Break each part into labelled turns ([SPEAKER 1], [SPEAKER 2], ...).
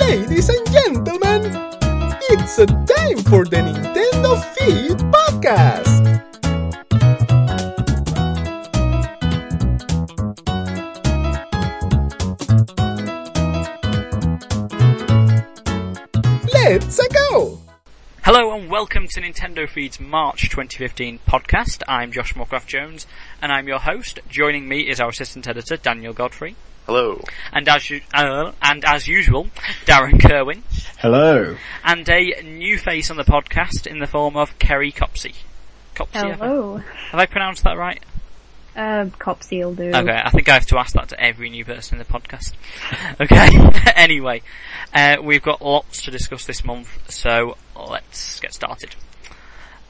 [SPEAKER 1] Ladies and gentlemen, it's a time for the Nintendo Feed Podcast. Let's go!
[SPEAKER 2] Hello and welcome to Nintendo Feed's March 2015 podcast. I'm Josh Moorcroft Jones and I'm your host. Joining me is our assistant editor Daniel Godfrey
[SPEAKER 3] Hello.
[SPEAKER 2] and as u- uh, and as usual Darren Kerwin
[SPEAKER 4] Hello.
[SPEAKER 2] and a new face on the podcast in the form of Kerry Copsey. Copsey, have I,
[SPEAKER 5] Hello.
[SPEAKER 2] have I pronounced that right?
[SPEAKER 5] Um, cop seal, dude.
[SPEAKER 2] Okay, I think I have to ask that to every new person in the podcast. Okay, anyway, uh, we've got lots to discuss this month, so let's get started.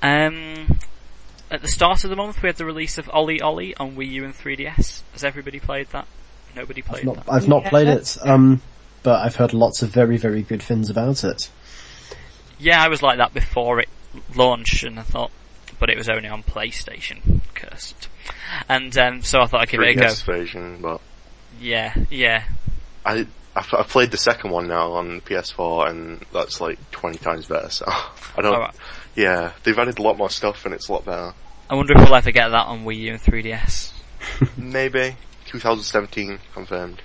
[SPEAKER 2] Um, at the start of the month, we had the release of Ollie Ollie on Wii U and 3DS. Has everybody played that? Nobody played
[SPEAKER 4] Not,
[SPEAKER 2] that.
[SPEAKER 4] I've not
[SPEAKER 5] Yeah.
[SPEAKER 4] played it, um, but I've heard lots of very, very good things about it.
[SPEAKER 2] Yeah, I was like that before it launched, and I thought, but it was only on PlayStation, cursed. And um, so I thought I'd give it a go.
[SPEAKER 3] 3DS version, but
[SPEAKER 2] Yeah, yeah,
[SPEAKER 3] I I've, I've played the second one now on the PS4, and that's like 20 times better. So I don't.
[SPEAKER 2] Alright.
[SPEAKER 3] Yeah, they've added a lot more stuff, and it's a lot better.
[SPEAKER 2] I wonder if we'll ever get that on Wii U and 3DS.
[SPEAKER 3] Maybe 2017 confirmed.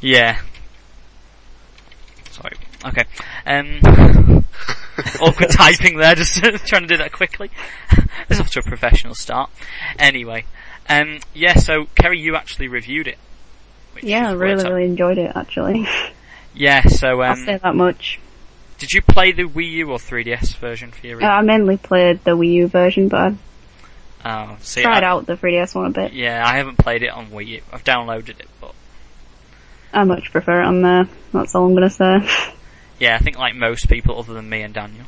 [SPEAKER 2] Yeah. Sorry. Okay. Um, awkward typing there, just trying to do that quickly. this is off to a professional start. Anyway, um, yeah. So Kerry, you actually reviewed it. which
[SPEAKER 5] Yeah, I
[SPEAKER 2] is
[SPEAKER 5] really,
[SPEAKER 2] worked Um, out-
[SPEAKER 5] really enjoyed it, actually.
[SPEAKER 2] Yeah. So,
[SPEAKER 5] I'll say
[SPEAKER 2] um,
[SPEAKER 5] that much.
[SPEAKER 2] did you play the Wii U or 3DS version for your?
[SPEAKER 5] Uh, I mainly played the Wii U version, but I've
[SPEAKER 2] oh, see,
[SPEAKER 5] tried
[SPEAKER 2] I,
[SPEAKER 5] out the 3DS one a bit.
[SPEAKER 2] Yeah, I haven't played it on Wii U. I've downloaded it, but
[SPEAKER 5] I much prefer it on there. That's all I'm gonna say.
[SPEAKER 2] yeah, I think like most people, other than me and Daniel,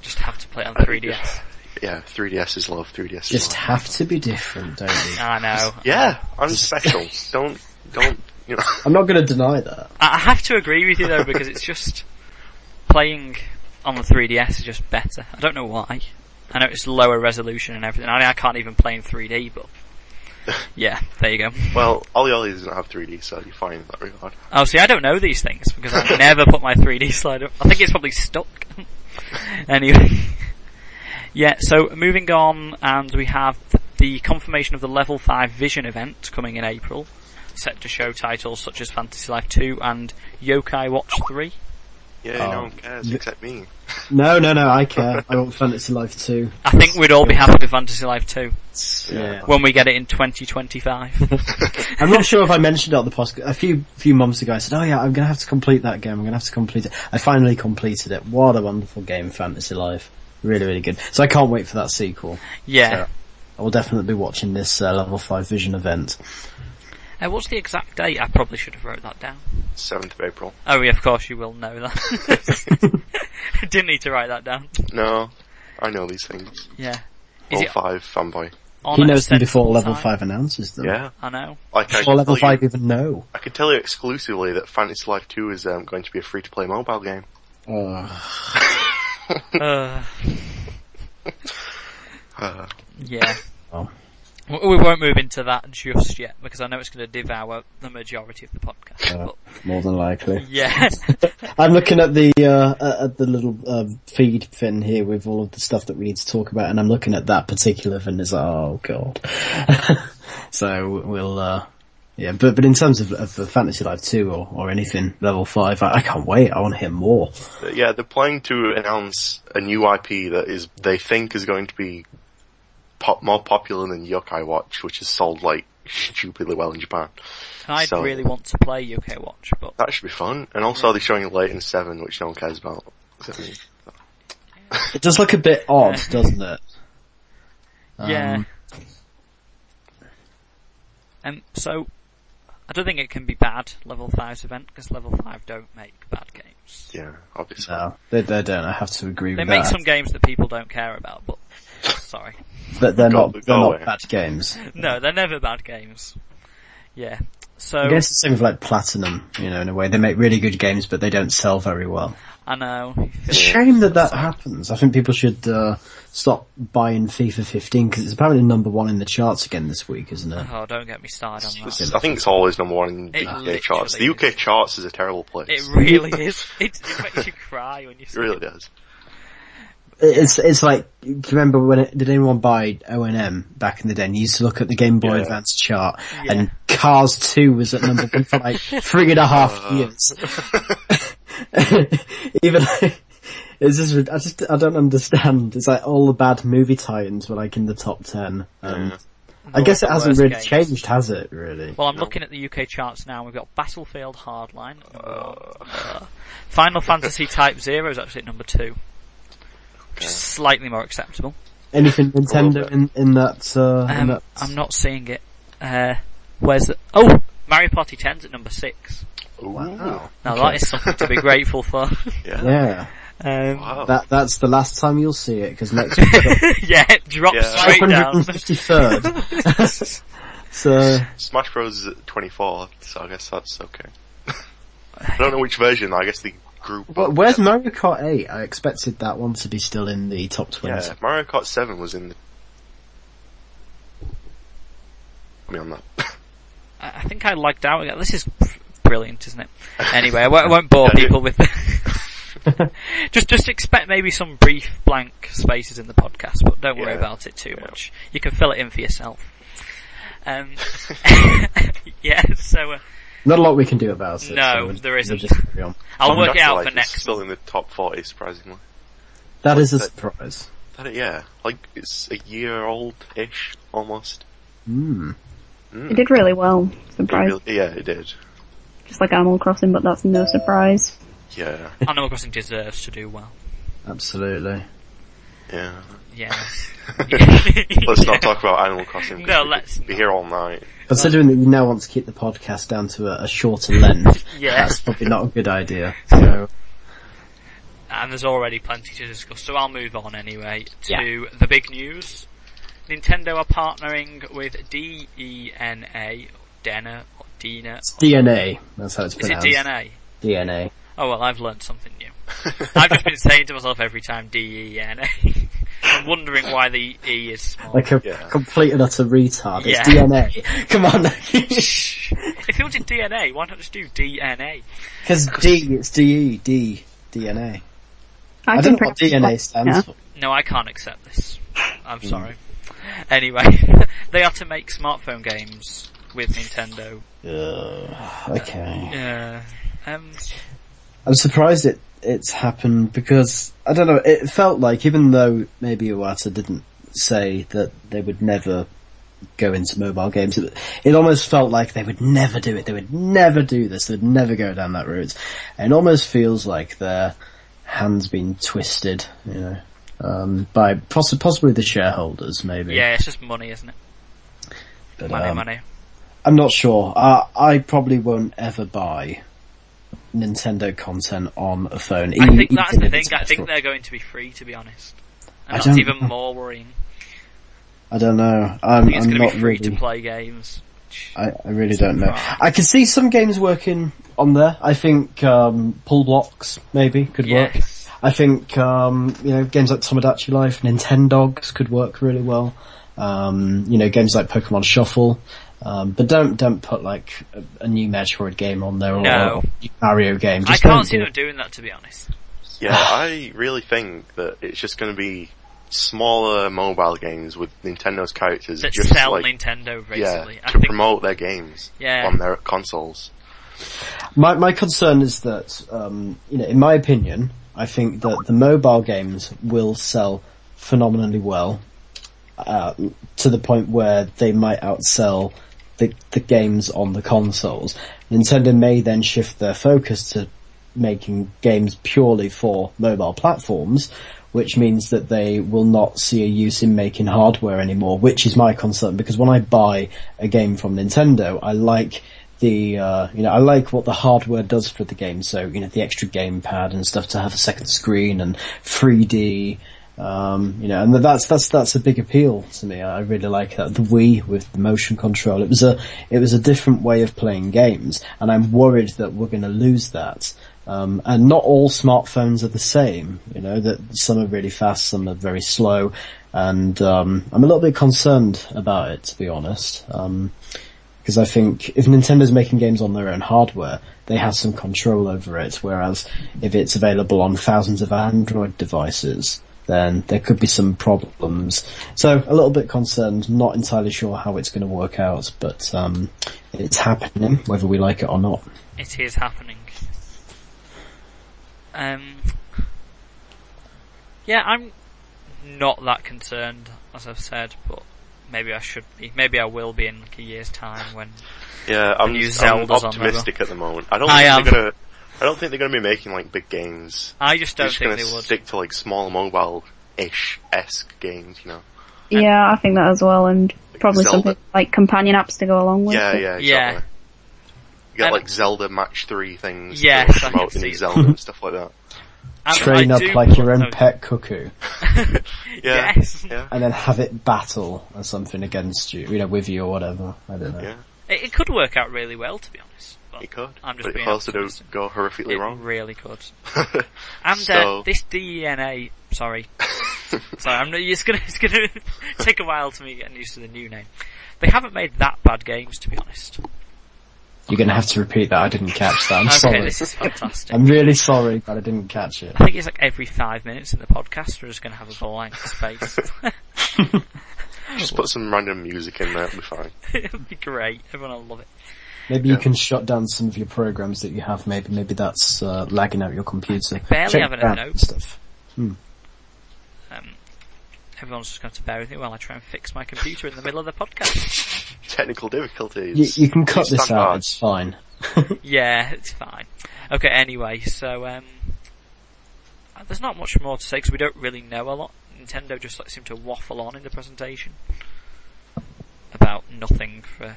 [SPEAKER 2] just have to play it on 3DS.
[SPEAKER 3] Yeah, 3DS is love. 3DS. Is
[SPEAKER 4] Just
[SPEAKER 3] love.
[SPEAKER 4] have to be different, don't we?
[SPEAKER 2] I know.
[SPEAKER 3] Yeah, I'm special. don't don't you know?
[SPEAKER 4] I'm not going to deny that.
[SPEAKER 2] I I have to agree with you though because it's just playing on the 3DS is just better. I don't know why. I know it's lower resolution and everything. I mean, I can't even play in 3D, but yeah, there you go.
[SPEAKER 3] Well, Ollie Ollie doesn't have 3D, so you're fine in that regard.
[SPEAKER 2] Oh, see, I don't know these things because I never put my 3D slide up. I think it's probably stuck. anyway. Yeah, so moving on, and we have th- the confirmation of the Level 5 Vision event coming in April, set to show titles such as Fantasy Life 2 and Yokai Watch 3.
[SPEAKER 3] Yeah,
[SPEAKER 2] Um,
[SPEAKER 3] no
[SPEAKER 4] Oh.
[SPEAKER 3] one cares except me.
[SPEAKER 4] No, no, no, I care. I want Fantasy Life 2.
[SPEAKER 2] I think we'd all be happy with Fantasy Life 2
[SPEAKER 4] Yeah.
[SPEAKER 2] when we get it in 2025.
[SPEAKER 4] I'm not sure if I mentioned it on the podcast. A few, few months ago I said, oh yeah, I'm going to have to complete that game. I'm going to have to complete it. I finally completed it. What a wonderful game, Fantasy Life. Really, really good. So I can't wait for that sequel.
[SPEAKER 2] yeah.
[SPEAKER 4] I will definitely be watching this uh, level 5 vision event.
[SPEAKER 2] Uh, what's the exact date? I probably should have wrote that down.
[SPEAKER 3] 7th of April.
[SPEAKER 2] Oh yeah, of course you will know that. I didn't need to write that down.
[SPEAKER 3] No, I know these things.
[SPEAKER 2] Yeah. Is
[SPEAKER 3] All
[SPEAKER 2] it
[SPEAKER 3] five fanboy.
[SPEAKER 2] on
[SPEAKER 4] He
[SPEAKER 2] at a
[SPEAKER 4] knows them
[SPEAKER 2] set
[SPEAKER 4] before level
[SPEAKER 2] time?
[SPEAKER 4] 5 announces them.
[SPEAKER 3] Yeah,
[SPEAKER 2] I know.
[SPEAKER 3] like I
[SPEAKER 4] Before
[SPEAKER 3] can
[SPEAKER 4] level
[SPEAKER 3] tell you-
[SPEAKER 4] 5 even know.
[SPEAKER 3] I can tell you exclusively that Fantasy Life 2 is um, going to be a free-to-play mobile game.
[SPEAKER 4] Ah,
[SPEAKER 2] Uh,
[SPEAKER 3] Uh,
[SPEAKER 2] yeah.
[SPEAKER 4] Oh.
[SPEAKER 2] W- We won't move into that just yet because I know it's going to devour the majority of the podcast.
[SPEAKER 4] Uh,
[SPEAKER 2] But
[SPEAKER 4] more than likely.
[SPEAKER 2] yeah,
[SPEAKER 4] I'm looking at the uh, at- at the little uh, feed thing here with all of the stuff that we need to talk about, and I'm looking at that particular thing. It's like, oh god. so we'll uh, yeah, but but in terms of, of the Fantasy Life two or, or anything level five, I, I can't wait. I want to hear more.
[SPEAKER 3] yeah, they're planning to announce a new IP that is they think is going to be pop- more popular than Yokai Watch, which has sold like stupidly well in Japan.
[SPEAKER 2] I
[SPEAKER 3] So-
[SPEAKER 2] really want to play UK Watch, but
[SPEAKER 3] That should be fun. And also they're showing Leighton Seven, which no one cares about. except me.
[SPEAKER 4] It does look a bit odd, doesn't it?
[SPEAKER 2] Yeah.
[SPEAKER 4] Um,
[SPEAKER 2] Um, so, I don't think it can be bad, level 5's event, because level 5 don't make bad games.
[SPEAKER 3] Yeah, obviously.
[SPEAKER 4] No, Uh, they, they don't. I have to agree
[SPEAKER 2] They
[SPEAKER 4] with
[SPEAKER 2] make
[SPEAKER 4] that.
[SPEAKER 2] some games that people don't care about, but, sorry.
[SPEAKER 4] But they're
[SPEAKER 3] Go-
[SPEAKER 4] not they're
[SPEAKER 3] go
[SPEAKER 4] not
[SPEAKER 3] away.
[SPEAKER 4] bad games.
[SPEAKER 2] No, they're never bad games. Yeah. So
[SPEAKER 4] I guess it's the same with like Platinum, you know, in a way. They make really good games, but they don't sell very well.
[SPEAKER 2] I know.
[SPEAKER 4] It's a shame that that happens. I think people should uh, stop buying FIFA 15 because it's apparently number one in the charts again this week, isn't it?
[SPEAKER 2] Oh, don't get me started on that.
[SPEAKER 3] I think it's always number one in the
[SPEAKER 2] It
[SPEAKER 3] UK charts. The
[SPEAKER 2] literally
[SPEAKER 3] UK charts is a terrible place.
[SPEAKER 2] It really is. It, it makes you cry when you
[SPEAKER 3] It
[SPEAKER 2] see
[SPEAKER 3] really does.
[SPEAKER 4] It's it's like do you remember when it, did anyone buy O and M back in the day? And you used to look at the Game Boy
[SPEAKER 3] Yeah.
[SPEAKER 4] Advance chart, and Cars Two was at number one for like three and a
[SPEAKER 2] Uh.
[SPEAKER 4] half years. Even like, it's just rid- I just I don't understand. It's like all the bad movie tie-ins were like in the top ten. Um, I guess it
[SPEAKER 2] the
[SPEAKER 4] hasn't
[SPEAKER 2] worst
[SPEAKER 4] really
[SPEAKER 2] games.
[SPEAKER 4] changed, has it? Really?
[SPEAKER 2] Well, I'm looking at the UK charts now. and We've got Battlefield Hardline. at number one. Uh, Final Fantasy Type Zero is actually at number two, which is slightly more acceptable.
[SPEAKER 4] Anything Nintendo
[SPEAKER 3] bit.
[SPEAKER 4] in in that? Uh, in
[SPEAKER 2] Um,
[SPEAKER 4] that
[SPEAKER 2] I'm not seeing it. Uh, where's the? Oh, Mario Party 10's at number six.
[SPEAKER 3] Ooh.
[SPEAKER 4] Wow.
[SPEAKER 2] Now that is something to be grateful for.
[SPEAKER 3] Yeah.
[SPEAKER 4] yeah,
[SPEAKER 2] Um,
[SPEAKER 3] Wow.
[SPEAKER 4] that that's the last time you'll see it because next week we've got
[SPEAKER 2] yeah, it drops
[SPEAKER 3] Yeah.
[SPEAKER 2] straight down.
[SPEAKER 4] 153rd. so,
[SPEAKER 3] Smash Bros is at 24, so I guess that's okay. I don't know which version. I guess the group.
[SPEAKER 4] but where's Mario Kart 8? I expected that one to be still in the top 20.
[SPEAKER 3] yeah, Mario Kart 7 was in the. Put me on that.
[SPEAKER 2] I I think I lagged out. again. This is brilliant, isn't it? Anyway, I won't, I won't bore
[SPEAKER 3] Yeah,
[SPEAKER 2] people with. just, just expect maybe some brief blank spaces in the podcast, but don't worry
[SPEAKER 3] Yeah.
[SPEAKER 2] about it too much. You can fill it in for yourself. Um, yeah. So uh,
[SPEAKER 4] Not a lot we can do about it.
[SPEAKER 2] No,
[SPEAKER 4] so we'll-
[SPEAKER 2] there
[SPEAKER 4] we'll
[SPEAKER 2] isn't.
[SPEAKER 4] just carry on.
[SPEAKER 2] I'll work it
[SPEAKER 3] Jack
[SPEAKER 2] out
[SPEAKER 3] Life
[SPEAKER 2] for
[SPEAKER 3] is
[SPEAKER 2] next.
[SPEAKER 3] Still in the top 40, surprisingly.
[SPEAKER 4] That is a
[SPEAKER 3] that?
[SPEAKER 4] surprise.
[SPEAKER 3] That, yeah, like it's a year old-ish almost.
[SPEAKER 2] Hmm.
[SPEAKER 5] It did really well.
[SPEAKER 3] It
[SPEAKER 5] Surprise.
[SPEAKER 3] really- yeah, it did.
[SPEAKER 5] Just like Animal Crossing, but that's no surprise.
[SPEAKER 3] Yeah,
[SPEAKER 2] Animal Crossing deserves to do well.
[SPEAKER 4] Absolutely.
[SPEAKER 3] yeah.
[SPEAKER 2] Yeah.
[SPEAKER 3] Let's not talk about Animal Crossing. 'cause
[SPEAKER 2] No,
[SPEAKER 3] we could
[SPEAKER 2] let's
[SPEAKER 3] be here all night.
[SPEAKER 4] Considering that you now want to keep the podcast down to a, a shorter length,
[SPEAKER 2] Yeah.
[SPEAKER 4] that's probably not a good idea. So,
[SPEAKER 2] and there's already plenty to discuss, so I'll move on anyway to the big news. Nintendo are partnering with DENA, Dena, or Dina.
[SPEAKER 4] DNA. That's how it's
[SPEAKER 2] Is it
[SPEAKER 4] pronounced.
[SPEAKER 2] DNA?
[SPEAKER 4] DNA.
[SPEAKER 2] Oh well, I've learned something new. I've just been saying to myself every time DENA. I'm wondering why the E is small.
[SPEAKER 4] Like a
[SPEAKER 3] Yeah.
[SPEAKER 4] complete and utter retard.
[SPEAKER 2] Yeah.
[SPEAKER 4] It's DNA. Come on.
[SPEAKER 2] if you wanted DNA, why not just do DNA?
[SPEAKER 4] Because D, it's D-E, D, DNA. I, don't
[SPEAKER 5] can
[SPEAKER 4] know what
[SPEAKER 5] pronounce
[SPEAKER 4] DNA
[SPEAKER 5] that,
[SPEAKER 4] stands
[SPEAKER 5] yeah.
[SPEAKER 4] for.
[SPEAKER 2] No, I can't accept this.
[SPEAKER 4] Hmm.
[SPEAKER 2] I'm sorry. Anyway, they are to make smartphone games with Nintendo.
[SPEAKER 4] okay.
[SPEAKER 2] Yeah. Um,
[SPEAKER 4] I'm surprised it it's happened because I don't know. It felt like even though maybe Iwata didn't say that they would never go into mobile games, it, it almost felt like they would never do it. They would never do this. They would never go down that route. And it almost feels like their hands been twisted, you know, um, by poss- possibly the shareholders, maybe.
[SPEAKER 2] yeah, it's just money, isn't it?
[SPEAKER 4] But,
[SPEAKER 2] Money,
[SPEAKER 4] um,
[SPEAKER 2] money.
[SPEAKER 4] I'm not sure. Uh, I probably won't ever buy Nintendo content on a phone.
[SPEAKER 2] I
[SPEAKER 4] e-
[SPEAKER 2] think that's
[SPEAKER 4] even
[SPEAKER 2] the
[SPEAKER 4] if
[SPEAKER 2] thing.
[SPEAKER 4] it's
[SPEAKER 2] I think
[SPEAKER 4] extra-
[SPEAKER 2] they're going to be free, to be honest.
[SPEAKER 4] I
[SPEAKER 2] And that's
[SPEAKER 4] don't-
[SPEAKER 2] even more worrying.
[SPEAKER 4] I don't know. I'm,
[SPEAKER 2] I think it's
[SPEAKER 4] I'm
[SPEAKER 2] going
[SPEAKER 4] not
[SPEAKER 2] to be free
[SPEAKER 4] really,
[SPEAKER 2] to play games.
[SPEAKER 4] I, I really don't know. I can see some games working on there. I think um, pull blocks maybe could work.
[SPEAKER 2] Yes.
[SPEAKER 4] I think um, you know games like Tomodachi Life, Nintendogs could work really well. Um, you know games like Pokemon Shuffle, um, but don't don't put like a, a new Metroid game on there or,
[SPEAKER 2] No.
[SPEAKER 4] or Mario game.
[SPEAKER 2] I
[SPEAKER 4] Just
[SPEAKER 2] can't
[SPEAKER 4] don't
[SPEAKER 2] see
[SPEAKER 4] do
[SPEAKER 2] them doing that, to be honest.
[SPEAKER 3] Yeah, I really think that it's just going to be smaller mobile games with Nintendo's characters
[SPEAKER 2] That
[SPEAKER 3] just
[SPEAKER 2] sell
[SPEAKER 3] like
[SPEAKER 2] Nintendo,
[SPEAKER 3] yeah
[SPEAKER 2] basically. I
[SPEAKER 3] to
[SPEAKER 2] think
[SPEAKER 3] promote their games
[SPEAKER 2] Yeah.
[SPEAKER 3] on their consoles.
[SPEAKER 4] My my concern is that um, you know, in my opinion, I think that the mobile games will sell phenomenally well, uh, to the point where they might outsell the the games on the consoles. Nintendo may then shift their focus to making games purely for mobile platforms, which means that they will not see a use in making hardware anymore, which is my concern because when I buy a game from Nintendo, I like the, uh, you know, I like what the hardware does for the game. So, you know, the extra gamepad and stuff to have a second screen and 3D, Um, you know, and that's that's that's a big appeal to me. I really like that the Wii with the motion control. It was a it was a different way of playing games, and I'm worried that we're going to lose that. Um, and not all smartphones are the same. You know that some are really fast, some are very slow, and um, I'm a little bit concerned about it to be honest. Um, because I think if Nintendo's making games on their own hardware, they have some control over it. Whereas if it's available on thousands of Android devices, then there could be some problems. So a little bit concerned, not entirely sure how it's going to work out, but um, it's happening, whether we like it or not.
[SPEAKER 2] It is happening. Um, yeah, I'm not that concerned, as I've said, but maybe I should be. Maybe I will be in like a year's time when
[SPEAKER 3] Yeah, I'm,
[SPEAKER 2] new
[SPEAKER 3] I'm
[SPEAKER 2] Zelda's on
[SPEAKER 3] optimistic at the moment. I don't
[SPEAKER 2] I
[SPEAKER 3] think
[SPEAKER 2] am.
[SPEAKER 3] they're gonna. I don't think they're gonna be making like big games.
[SPEAKER 2] I just
[SPEAKER 3] They're
[SPEAKER 2] don't
[SPEAKER 3] just
[SPEAKER 2] think
[SPEAKER 3] gonna
[SPEAKER 2] they would.
[SPEAKER 3] stick to like small mobile ish esque games, you know.
[SPEAKER 5] Yeah, I think that as well, and probably
[SPEAKER 3] Zelda.
[SPEAKER 5] something like companion apps to go along with.
[SPEAKER 3] Yeah,
[SPEAKER 5] it.
[SPEAKER 3] yeah, exactly.
[SPEAKER 2] Yeah.
[SPEAKER 3] You got
[SPEAKER 2] And-
[SPEAKER 3] like Zelda Match Three things.
[SPEAKER 2] Yes,
[SPEAKER 3] to
[SPEAKER 2] I can
[SPEAKER 3] promote in
[SPEAKER 2] see it.
[SPEAKER 3] Zelda and stuff like that.
[SPEAKER 2] And
[SPEAKER 4] Train
[SPEAKER 2] I
[SPEAKER 4] up
[SPEAKER 2] do
[SPEAKER 4] like your
[SPEAKER 2] want
[SPEAKER 4] own
[SPEAKER 2] those-
[SPEAKER 4] pet cuckoo,
[SPEAKER 3] Yeah,
[SPEAKER 2] Yes.
[SPEAKER 3] yeah,
[SPEAKER 4] and then have it battle or something against you, you know, with you or whatever. I don't know.
[SPEAKER 3] yeah.
[SPEAKER 2] It, it could work out really well, to be honest. But
[SPEAKER 3] It could,
[SPEAKER 2] I'm just
[SPEAKER 3] but it
[SPEAKER 2] being
[SPEAKER 3] could also do
[SPEAKER 2] optimistic.
[SPEAKER 3] go horrifically
[SPEAKER 2] it
[SPEAKER 3] wrong.
[SPEAKER 2] really could. And uh,
[SPEAKER 3] So-
[SPEAKER 2] this DNA, sorry, sorry, I'm not, it's gonna it's gonna take a while to me getting used to the new name. They haven't made that bad games, to be honest.
[SPEAKER 4] You're going to have to repeat that. I didn't catch that. I'm
[SPEAKER 2] okay,
[SPEAKER 4] sorry.
[SPEAKER 2] this is fantastic.
[SPEAKER 4] I'm really sorry that I didn't catch it.
[SPEAKER 2] I think it's like every five minutes in the podcast, we're just gonna have a blank space.
[SPEAKER 3] Just put some random music in there, it'll be fine.
[SPEAKER 2] It'll be great. Everyone will love it.
[SPEAKER 4] Maybe you can shut down some of your programs that you have. Maybe maybe that's uh, lagging out your computer.
[SPEAKER 2] barely
[SPEAKER 4] Check
[SPEAKER 2] have it
[SPEAKER 4] that
[SPEAKER 2] out.
[SPEAKER 4] stuff.
[SPEAKER 2] Um, everyone's just going to bear with me while I try and fix my computer in the middle of the podcast.
[SPEAKER 3] Technical
[SPEAKER 4] You,
[SPEAKER 3] difficulties.
[SPEAKER 4] you can cut this out.
[SPEAKER 3] Standard.
[SPEAKER 4] It's fine.
[SPEAKER 2] yeah, it's fine. Okay, anyway, so um, uh, there's not much more to say because we don't really know a lot. Nintendo just like, seemed to waffle on in the presentation about nothing for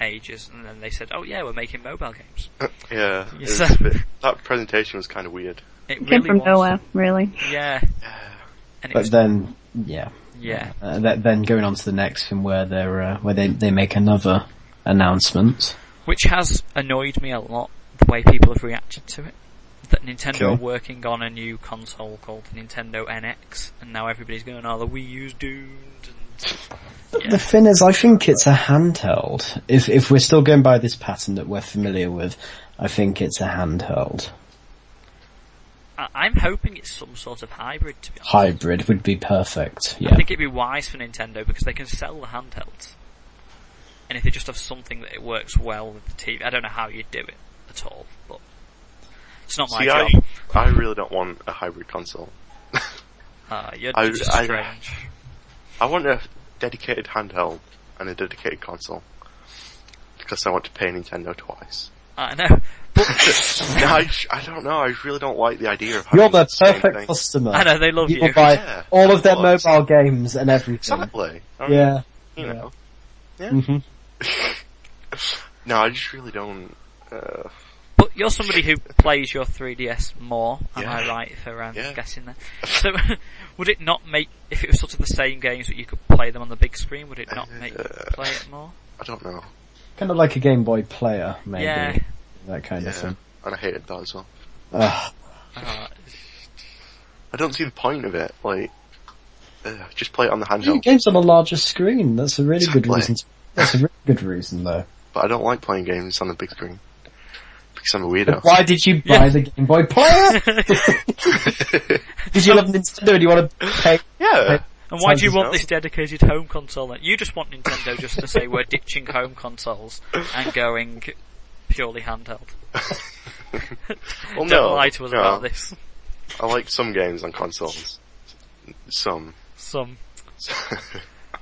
[SPEAKER 2] ages, and then they said, "Oh yeah, we're making mobile games."
[SPEAKER 3] Yeah, it was
[SPEAKER 2] Yes.
[SPEAKER 3] a bit- that presentation was kind of weird.
[SPEAKER 2] It
[SPEAKER 5] It
[SPEAKER 2] really
[SPEAKER 5] came from
[SPEAKER 2] was.
[SPEAKER 5] nowhere, really.
[SPEAKER 2] Yeah, and it
[SPEAKER 4] But
[SPEAKER 2] was,
[SPEAKER 4] then, yeah,
[SPEAKER 2] yeah,
[SPEAKER 4] uh, th- then going on to the next thing where they're uh, where they they make another announcement.
[SPEAKER 2] which has annoyed me a lot the way people have reacted to it. That Nintendo
[SPEAKER 4] Sure.
[SPEAKER 2] are working on a new console called the Nintendo NX, and now everybody's going, "Oh, the Wii U's doomed." And
[SPEAKER 4] The thing is, I think it's a handheld. If if we're still going by this pattern that we're familiar with, I think it's a handheld
[SPEAKER 2] I- I'm hoping it's some sort of hybrid. To be honest,
[SPEAKER 4] hybrid would be perfect.
[SPEAKER 2] I
[SPEAKER 4] Yeah,
[SPEAKER 2] think it'd be wise for Nintendo because they can sell the handhelds, and if they just have something that it works well with the TV, I don't know how you'd do it at all, but it's not my
[SPEAKER 3] See, I,
[SPEAKER 2] job.
[SPEAKER 3] I really don't want a hybrid console.
[SPEAKER 2] Uh, you're
[SPEAKER 3] I-
[SPEAKER 2] just
[SPEAKER 3] I-
[SPEAKER 2] strange.
[SPEAKER 3] I want a dedicated handheld and a dedicated console. Because I want to pay Nintendo twice.
[SPEAKER 2] I, know, but
[SPEAKER 3] no, I, sh- I don't know, I really don't like the idea of having
[SPEAKER 4] you're the
[SPEAKER 3] same
[SPEAKER 4] perfect
[SPEAKER 3] thing.
[SPEAKER 4] customer.
[SPEAKER 2] I know they love
[SPEAKER 4] You will
[SPEAKER 2] you.
[SPEAKER 4] buy
[SPEAKER 3] Yeah,
[SPEAKER 4] all of their
[SPEAKER 3] lots.
[SPEAKER 4] mobile games and everything.
[SPEAKER 3] Exactly. I mean,
[SPEAKER 4] Yeah.
[SPEAKER 3] You know. Yeah.
[SPEAKER 4] Mhm.
[SPEAKER 3] No, I just really don't, uh,
[SPEAKER 2] But you're somebody who plays your 3DS more, am I
[SPEAKER 3] Yeah.
[SPEAKER 2] right, for um,
[SPEAKER 3] Yeah.
[SPEAKER 2] guessing there? So, would it not make, if it was sort of the same games that you could play them on the big screen, would it not make you
[SPEAKER 3] Uh,
[SPEAKER 2] play it more?
[SPEAKER 3] I don't know.
[SPEAKER 4] Kind of like a Game Boy player, maybe.
[SPEAKER 2] Yeah.
[SPEAKER 4] That kind of
[SPEAKER 3] Yeah.
[SPEAKER 4] thing.
[SPEAKER 3] And I hated that as well.
[SPEAKER 4] Ugh.
[SPEAKER 2] Uh,
[SPEAKER 3] I don't see the point of it, like, uh, just play it on the
[SPEAKER 4] Your
[SPEAKER 3] handheld.
[SPEAKER 4] games on a larger screen. That's a really good
[SPEAKER 3] Exactly.
[SPEAKER 4] reason. To, that's a really good reason, though.
[SPEAKER 3] But I don't like playing games on the big screen. Because I'm a weirdo.
[SPEAKER 4] Why did you buy
[SPEAKER 2] Yeah.
[SPEAKER 4] the Game Boy player? Did you love Nintendo? Do you want to pay?
[SPEAKER 3] yeah.
[SPEAKER 2] and why do you
[SPEAKER 3] Sounds
[SPEAKER 2] want
[SPEAKER 3] dumb.
[SPEAKER 2] this dedicated home console then? You just want Nintendo just to say we're ditching home consoles and going purely handheld.
[SPEAKER 3] Well,
[SPEAKER 2] Don't
[SPEAKER 3] no,
[SPEAKER 2] lie to us
[SPEAKER 3] no.
[SPEAKER 2] about this.
[SPEAKER 3] I like some games on consoles. Some.
[SPEAKER 2] Some.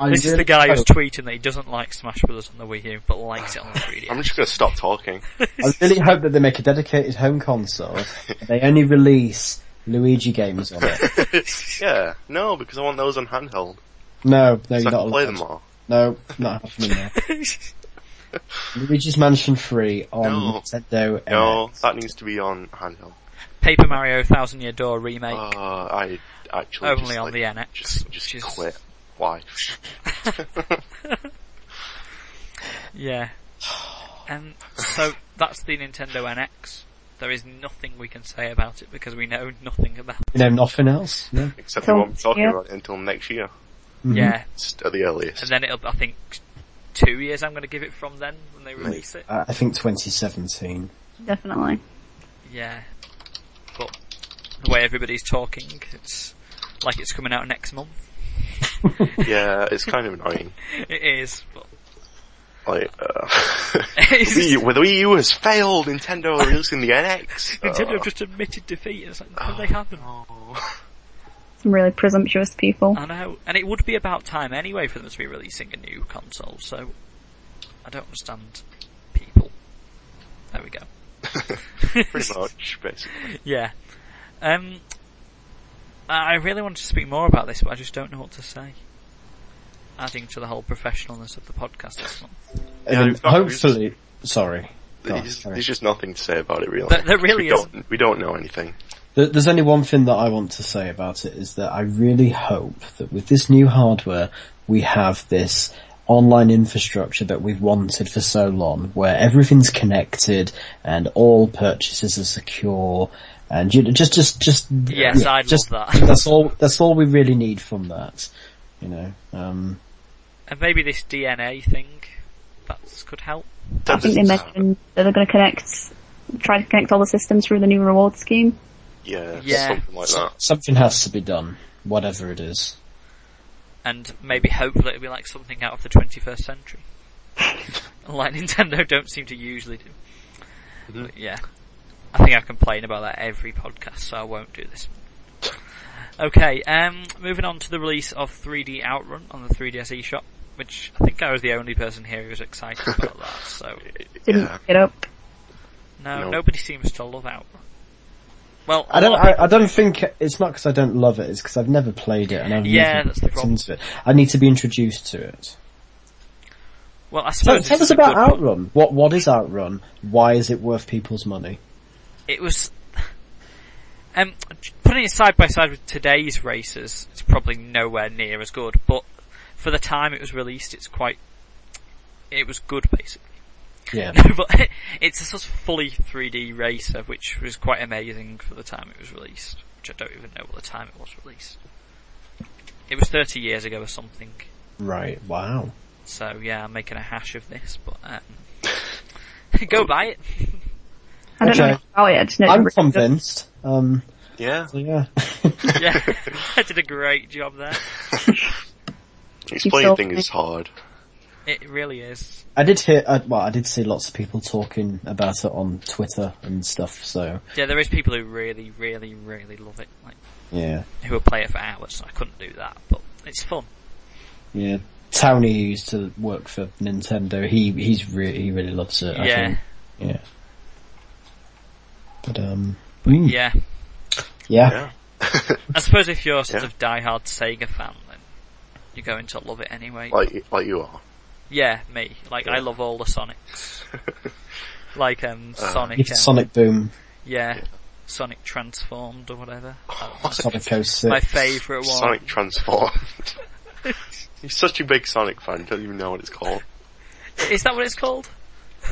[SPEAKER 4] I
[SPEAKER 2] This is
[SPEAKER 4] really
[SPEAKER 2] the guy who's
[SPEAKER 4] hope-
[SPEAKER 2] tweeting that he doesn't like Smash Bros. on the Wii U, but likes it on the 3DS.
[SPEAKER 3] I'm just gonna stop talking.
[SPEAKER 4] I really hope that they make a dedicated home console. and they only release Luigi games on it.
[SPEAKER 3] yeah, no, because I want those on handheld.
[SPEAKER 4] No, no,
[SPEAKER 3] So
[SPEAKER 4] you're
[SPEAKER 3] I
[SPEAKER 4] not
[SPEAKER 3] can play
[SPEAKER 4] allowed.
[SPEAKER 3] them all.
[SPEAKER 4] No, not happening. Now. Luigi's Mansion 3 on
[SPEAKER 3] No.
[SPEAKER 4] Nintendo.
[SPEAKER 3] No,
[SPEAKER 4] NX.
[SPEAKER 3] that needs to be on handheld.
[SPEAKER 2] Paper Mario Thousand Year Door remake.
[SPEAKER 3] Uh, I, actually
[SPEAKER 2] Only
[SPEAKER 3] just,
[SPEAKER 2] on
[SPEAKER 3] like,
[SPEAKER 2] the NX,
[SPEAKER 3] Just,
[SPEAKER 2] which
[SPEAKER 3] just
[SPEAKER 2] is-
[SPEAKER 3] quit. Why?
[SPEAKER 2] Yeah. And so that's the Nintendo NX. There is nothing we can say about it because we know nothing about it.
[SPEAKER 4] You know, nothing else. No.
[SPEAKER 3] Except we won't be
[SPEAKER 5] Don't
[SPEAKER 3] talking
[SPEAKER 5] care.
[SPEAKER 3] about it until next year,
[SPEAKER 2] Yeah.
[SPEAKER 3] just at the earliest.
[SPEAKER 2] And then it'll, I think, two years I'm going to give it from then when they release it.
[SPEAKER 4] I I think 2017.
[SPEAKER 5] Definitely.
[SPEAKER 2] Yeah. But the way everybody's talking, it's like it's coming out next month.
[SPEAKER 3] Yeah, it's kind of annoying.
[SPEAKER 2] It is, but
[SPEAKER 3] Like, uh,
[SPEAKER 2] It's
[SPEAKER 3] Wii
[SPEAKER 2] just-
[SPEAKER 3] U, well, the Wii U has failed. Nintendo are releasing the NX.
[SPEAKER 2] Nintendo
[SPEAKER 3] Uh,
[SPEAKER 2] have just admitted defeat. It's like, no, they haven't.
[SPEAKER 5] Some really presumptuous people.
[SPEAKER 2] I know. And it would be about time anyway for them to be releasing a new console, so I don't understand people. There we go.
[SPEAKER 3] pretty much, basically.
[SPEAKER 2] Yeah. Um, I really wanted to speak more about this, but I just don't know what to say. Adding to the whole professionalness of the podcast this month.
[SPEAKER 3] Yeah,
[SPEAKER 4] And
[SPEAKER 3] it's not-
[SPEAKER 4] hopefully, sorry. Go on,
[SPEAKER 3] There's, just-
[SPEAKER 4] sorry.
[SPEAKER 3] there's just nothing to say about it, really.
[SPEAKER 2] There- there really
[SPEAKER 3] we Don't, we don't know anything.
[SPEAKER 4] There- There's only one thing that I want to say about it is that I really hope that with this new hardware, we have this online infrastructure that we've wanted for so long, where everything's connected and all purchases are secure, and you know, just, just, just.
[SPEAKER 2] Yes, I'd love
[SPEAKER 4] just,
[SPEAKER 2] that.
[SPEAKER 4] That's all. That's all we really need from that. You know. Um,
[SPEAKER 2] And maybe this DNA thing, that could help.
[SPEAKER 5] I think they mentioned that they're going to connect, try to connect all the systems through the new reward scheme.
[SPEAKER 3] Yeah,
[SPEAKER 2] Yeah.
[SPEAKER 3] something like that.
[SPEAKER 4] something has to be done, whatever it is.
[SPEAKER 2] And maybe hopefully it'll be like something out of the 21st century. like Nintendo don't seem to usually do. But yeah. I think I complain about that every podcast, so I won't do this. Okay, um, moving on to the release of 3D Outrun on the 3DS eShop, which I think I was the only person here who was excited about that, so
[SPEAKER 5] Didn't
[SPEAKER 3] Yeah.
[SPEAKER 5] pick it up.
[SPEAKER 2] no,
[SPEAKER 3] No.
[SPEAKER 2] nobody seems to love Outrun. Well,
[SPEAKER 4] I don't.
[SPEAKER 2] a lot of
[SPEAKER 4] I, I don't think it's not because I don't love it. It's because I've never played it and I've
[SPEAKER 2] Yeah,
[SPEAKER 4] never
[SPEAKER 2] that's the
[SPEAKER 4] looked
[SPEAKER 2] problem.
[SPEAKER 4] into it. I need to be introduced to it.
[SPEAKER 2] peop- well, I
[SPEAKER 4] Tell,
[SPEAKER 2] suppose
[SPEAKER 4] tell
[SPEAKER 2] this is
[SPEAKER 4] us
[SPEAKER 2] a
[SPEAKER 4] about
[SPEAKER 2] good one.
[SPEAKER 4] Outrun. What What is Outrun? Why is it worth people's money?
[SPEAKER 2] it was. Um, putting it side by side with today's races, it's probably nowhere near as good. But for the time it was released, it's quite. It was good, basically.
[SPEAKER 4] Yeah,
[SPEAKER 2] but it's a sort of fully 3D racer, which was quite amazing for the time it was released. Which I don't even know what the time it was released. It was 30 years ago or something.
[SPEAKER 4] right. Wow.
[SPEAKER 2] So yeah, I'm making a hash of this, but um, go buy it.
[SPEAKER 5] I don't know
[SPEAKER 4] Okay.
[SPEAKER 5] much about it. I just know
[SPEAKER 4] I'm
[SPEAKER 5] it's really good.
[SPEAKER 4] convinced. Um.
[SPEAKER 3] Yeah,
[SPEAKER 4] so yeah.
[SPEAKER 2] Yeah, I did a great job there.
[SPEAKER 3] explaining
[SPEAKER 5] sold
[SPEAKER 3] things
[SPEAKER 5] me.
[SPEAKER 3] is hard.
[SPEAKER 2] It really is.
[SPEAKER 4] I did hear. Uh, well, I did see lots of people talking about it on Twitter and stuff. So
[SPEAKER 2] Yeah, there is people who really, really, really love it, like
[SPEAKER 4] yeah,
[SPEAKER 2] who will play it for hours. I couldn't do that, but it's fun.
[SPEAKER 4] yeah. Townie who used to work for Nintendo. He he's really he really loves it. I
[SPEAKER 2] yeah,
[SPEAKER 4] think. Yeah. But um. mm,
[SPEAKER 2] yeah.
[SPEAKER 4] yeah.
[SPEAKER 3] Yeah.
[SPEAKER 2] I suppose if you're sort
[SPEAKER 3] Yeah.
[SPEAKER 2] of diehard Sega fan, then you're going to love it anyway.
[SPEAKER 3] Like, like you are.
[SPEAKER 2] yeah, me. Like I love all the Sonics. like um,
[SPEAKER 3] Uh,
[SPEAKER 2] Sonic.
[SPEAKER 4] It's
[SPEAKER 2] um,
[SPEAKER 4] Sonic Boom,
[SPEAKER 2] Yeah, Sonic Transformed or whatever. That was
[SPEAKER 4] Sonic uh, 06.
[SPEAKER 2] my favourite one.
[SPEAKER 3] Sonic Transformed. You're such a big Sonic fan, don't even know what it's called.
[SPEAKER 2] Is that what it's called?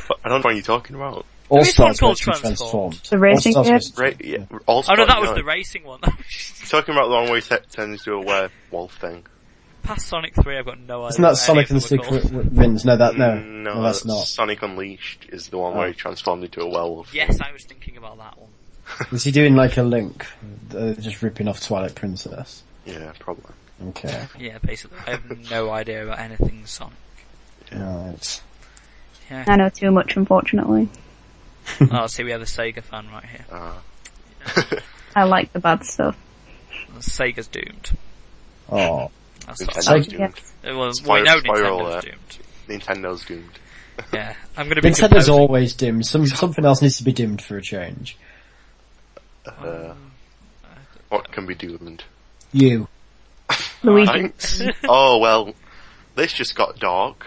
[SPEAKER 3] But I don't know what you're talking about.
[SPEAKER 4] All
[SPEAKER 2] is one
[SPEAKER 4] Stars
[SPEAKER 2] called
[SPEAKER 4] Rescue
[SPEAKER 2] Transformed.
[SPEAKER 4] Transformed.
[SPEAKER 5] The racing
[SPEAKER 4] All Stars
[SPEAKER 5] game?
[SPEAKER 4] Rescue-
[SPEAKER 3] Right? Yeah. All
[SPEAKER 2] Oh no, that
[SPEAKER 3] Sonic,
[SPEAKER 2] was
[SPEAKER 3] no.
[SPEAKER 2] the racing one.
[SPEAKER 3] Talking about the wrong way te- turns to a werewolf thing.
[SPEAKER 2] Past Sonic 3, I've got no idea.
[SPEAKER 4] Isn't
[SPEAKER 2] what
[SPEAKER 4] that
[SPEAKER 2] any
[SPEAKER 4] Sonic
[SPEAKER 2] of
[SPEAKER 4] and the
[SPEAKER 2] them were called.
[SPEAKER 4] Secret W- Winds? No, that no,
[SPEAKER 3] Mm,
[SPEAKER 4] no, that's not.
[SPEAKER 3] Sonic Unleashed is the one where
[SPEAKER 5] Oh.
[SPEAKER 3] he transformed into a werewolf.
[SPEAKER 2] Yes, I was thinking about that one.
[SPEAKER 4] Is he doing like a Link, uh, just ripping off Twilight Princess?
[SPEAKER 3] Yeah, probably.
[SPEAKER 4] Okay,
[SPEAKER 2] Yeah, basically. I have no idea about anything Sonic.
[SPEAKER 4] right.
[SPEAKER 2] Yeah.
[SPEAKER 5] I know too much, unfortunately.
[SPEAKER 2] oh, see, we have a Sega fan right here.
[SPEAKER 3] Uh,
[SPEAKER 5] I like the bad stuff.
[SPEAKER 2] Sega's doomed.
[SPEAKER 4] Oh,
[SPEAKER 2] That's what I
[SPEAKER 3] Nintendo's
[SPEAKER 4] Sega-
[SPEAKER 3] doomed.
[SPEAKER 2] said. well, we
[SPEAKER 3] Spiral-
[SPEAKER 2] know
[SPEAKER 3] spiral
[SPEAKER 2] Nintendo's
[SPEAKER 3] there.
[SPEAKER 2] doomed.
[SPEAKER 3] Nintendo's doomed.
[SPEAKER 2] Yeah, I'm going to be
[SPEAKER 4] Nintendo's
[SPEAKER 2] composing-
[SPEAKER 4] always dimmed. Some something else needs to be dimmed for a change.
[SPEAKER 3] Uh, what can be doomed?
[SPEAKER 4] You.
[SPEAKER 5] Luigi.
[SPEAKER 3] Thanks. oh well, this just got dark.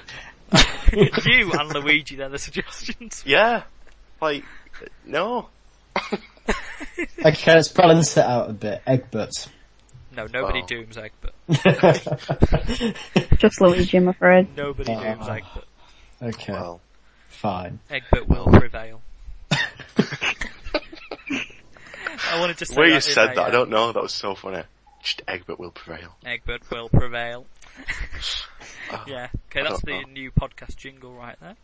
[SPEAKER 2] you and Luigi, they're the suggestions.
[SPEAKER 3] Yeah, like no.
[SPEAKER 4] Okay, let's balance it out a bit. Egbert.
[SPEAKER 2] No, nobody
[SPEAKER 3] Oh.
[SPEAKER 2] dooms Egg, but
[SPEAKER 5] Just Luigi, I'm afraid.
[SPEAKER 2] nobody
[SPEAKER 4] Oh.
[SPEAKER 2] dooms Egbert.
[SPEAKER 4] okay,
[SPEAKER 3] Well,
[SPEAKER 4] fine.
[SPEAKER 2] Egbert will prevail. I wanted to
[SPEAKER 3] the
[SPEAKER 2] say
[SPEAKER 3] way
[SPEAKER 2] that
[SPEAKER 3] you
[SPEAKER 2] in
[SPEAKER 3] said
[SPEAKER 2] a,
[SPEAKER 3] that, I
[SPEAKER 2] uh,
[SPEAKER 3] don't know. That was so funny. Just Egbert will prevail.
[SPEAKER 2] Egbert will prevail. yeah. Okay,
[SPEAKER 3] I
[SPEAKER 2] that's
[SPEAKER 3] don't
[SPEAKER 2] the
[SPEAKER 3] know.
[SPEAKER 2] new podcast jingle right there.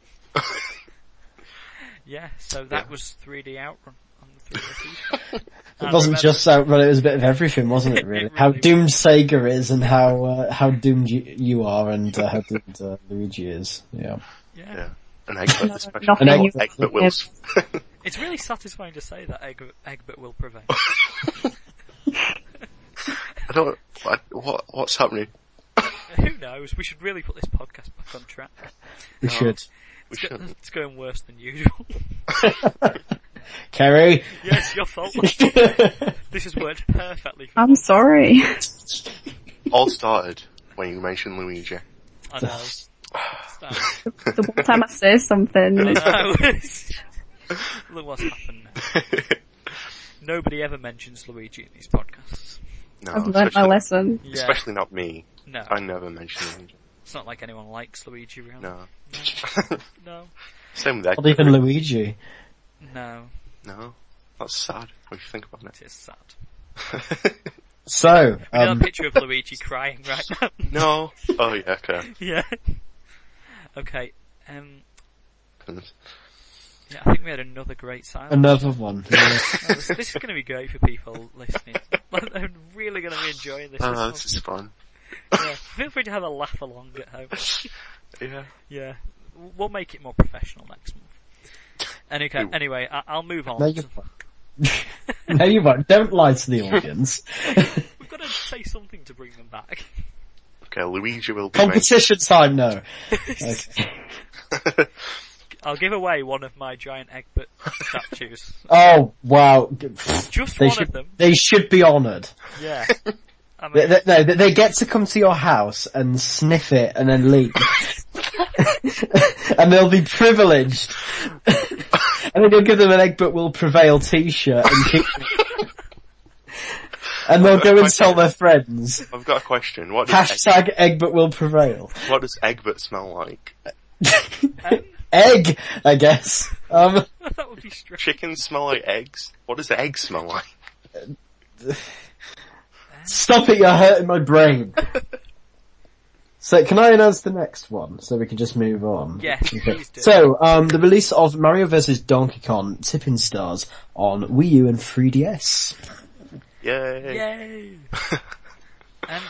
[SPEAKER 2] yeah. So that
[SPEAKER 3] Yeah.
[SPEAKER 2] was 3D Outrun on the 3D.
[SPEAKER 4] It wasn't just Outrun, it was a bit of everything, wasn't it, really?
[SPEAKER 2] It
[SPEAKER 4] how
[SPEAKER 2] really
[SPEAKER 4] doomed Sega is and how, uh, how doomed you, you are and uh, how doomed uh, Luigi is. Yeah.
[SPEAKER 2] Yeah.
[SPEAKER 3] Yeah. And Egbert, the special
[SPEAKER 5] nothing
[SPEAKER 3] Well,
[SPEAKER 5] you-
[SPEAKER 3] Egbert will. s-
[SPEAKER 2] It's really satisfying to say that Egg, Egbert will prevail.
[SPEAKER 3] I don't. What, what? What's happening?
[SPEAKER 2] Who knows? We should really put this podcast back on track. Oh.
[SPEAKER 4] We should.
[SPEAKER 3] We
[SPEAKER 2] It's, go-
[SPEAKER 3] shouldn't.
[SPEAKER 2] it's going worse than usual.
[SPEAKER 4] Kerry!
[SPEAKER 2] yeah, it's your fault. this has worked perfectly. For
[SPEAKER 5] I'm sorry.
[SPEAKER 3] All started when you mentioned Luigi.
[SPEAKER 2] I know. Stop.
[SPEAKER 5] the one time I say something, it's
[SPEAKER 2] I know. Look what's happened now. Nobody ever mentions Luigi in these podcasts.
[SPEAKER 3] No,
[SPEAKER 5] I've learnt my
[SPEAKER 3] especially-
[SPEAKER 5] lesson.
[SPEAKER 2] Yeah,
[SPEAKER 3] Especially not me.
[SPEAKER 2] no.
[SPEAKER 3] I never mentioned Luigi.
[SPEAKER 2] It's not like anyone likes Luigi, really.
[SPEAKER 3] No.
[SPEAKER 2] No.
[SPEAKER 3] Same with Egbert.
[SPEAKER 4] Not even Luigi.
[SPEAKER 2] No.
[SPEAKER 3] No. That's sad when you think about it.
[SPEAKER 2] It is sad.
[SPEAKER 4] So,
[SPEAKER 2] We got a
[SPEAKER 4] um,
[SPEAKER 2] picture of Luigi crying right now.
[SPEAKER 3] No. Oh yeah, okay.
[SPEAKER 2] yeah. Okay. Um,
[SPEAKER 3] It's
[SPEAKER 2] yeah, I think we had another great silence.
[SPEAKER 4] another one. Yeah.
[SPEAKER 2] Oh, this, this is going to be great for people listening. I'm really going to be enjoying this.
[SPEAKER 3] uh,
[SPEAKER 2] This
[SPEAKER 3] this is fun.
[SPEAKER 2] one- yeah. Feel free to have a laugh along at home.
[SPEAKER 3] Yeah.
[SPEAKER 2] Yeah, we'll make it more professional next month. And okay, anyway, I- I'll move on.
[SPEAKER 4] No, you won't. no, you won't. Don't lie to the audience.
[SPEAKER 2] We've got to say something to bring them back.
[SPEAKER 3] Okay, Luigi will be main.
[SPEAKER 4] Competition time, no. Okay.
[SPEAKER 2] I'll give away one of my giant Egbert statues.
[SPEAKER 4] Oh, wow.
[SPEAKER 2] Just
[SPEAKER 4] They
[SPEAKER 2] one of
[SPEAKER 4] should,
[SPEAKER 2] them.
[SPEAKER 4] they should be honoured.
[SPEAKER 2] Yeah. I
[SPEAKER 4] They,
[SPEAKER 2] mean,
[SPEAKER 4] they, no, they- they get to come to your house and sniff it and then leave. and they'll be privileged. and then you'll give them an Egbert Will Prevail t-shirt and keep And they'll go and tell their friends.
[SPEAKER 3] I've got a question. What does, Egg-
[SPEAKER 4] Hashtag Egbert Will Prevail.
[SPEAKER 3] what does Egbert smell like?
[SPEAKER 4] Egg, I guess. Um,
[SPEAKER 2] that would be strange.
[SPEAKER 3] Chickens smell like eggs? What does eggs smell like?
[SPEAKER 4] Stop it, you're hurting my brain. so can I announce the next one so we can just move on?
[SPEAKER 2] Yes, please do.
[SPEAKER 4] So, um, the release of Mario vs. Donkey Kong Tipping Stars on Wii U and 3DS.
[SPEAKER 3] Yay.
[SPEAKER 2] Yay! Um,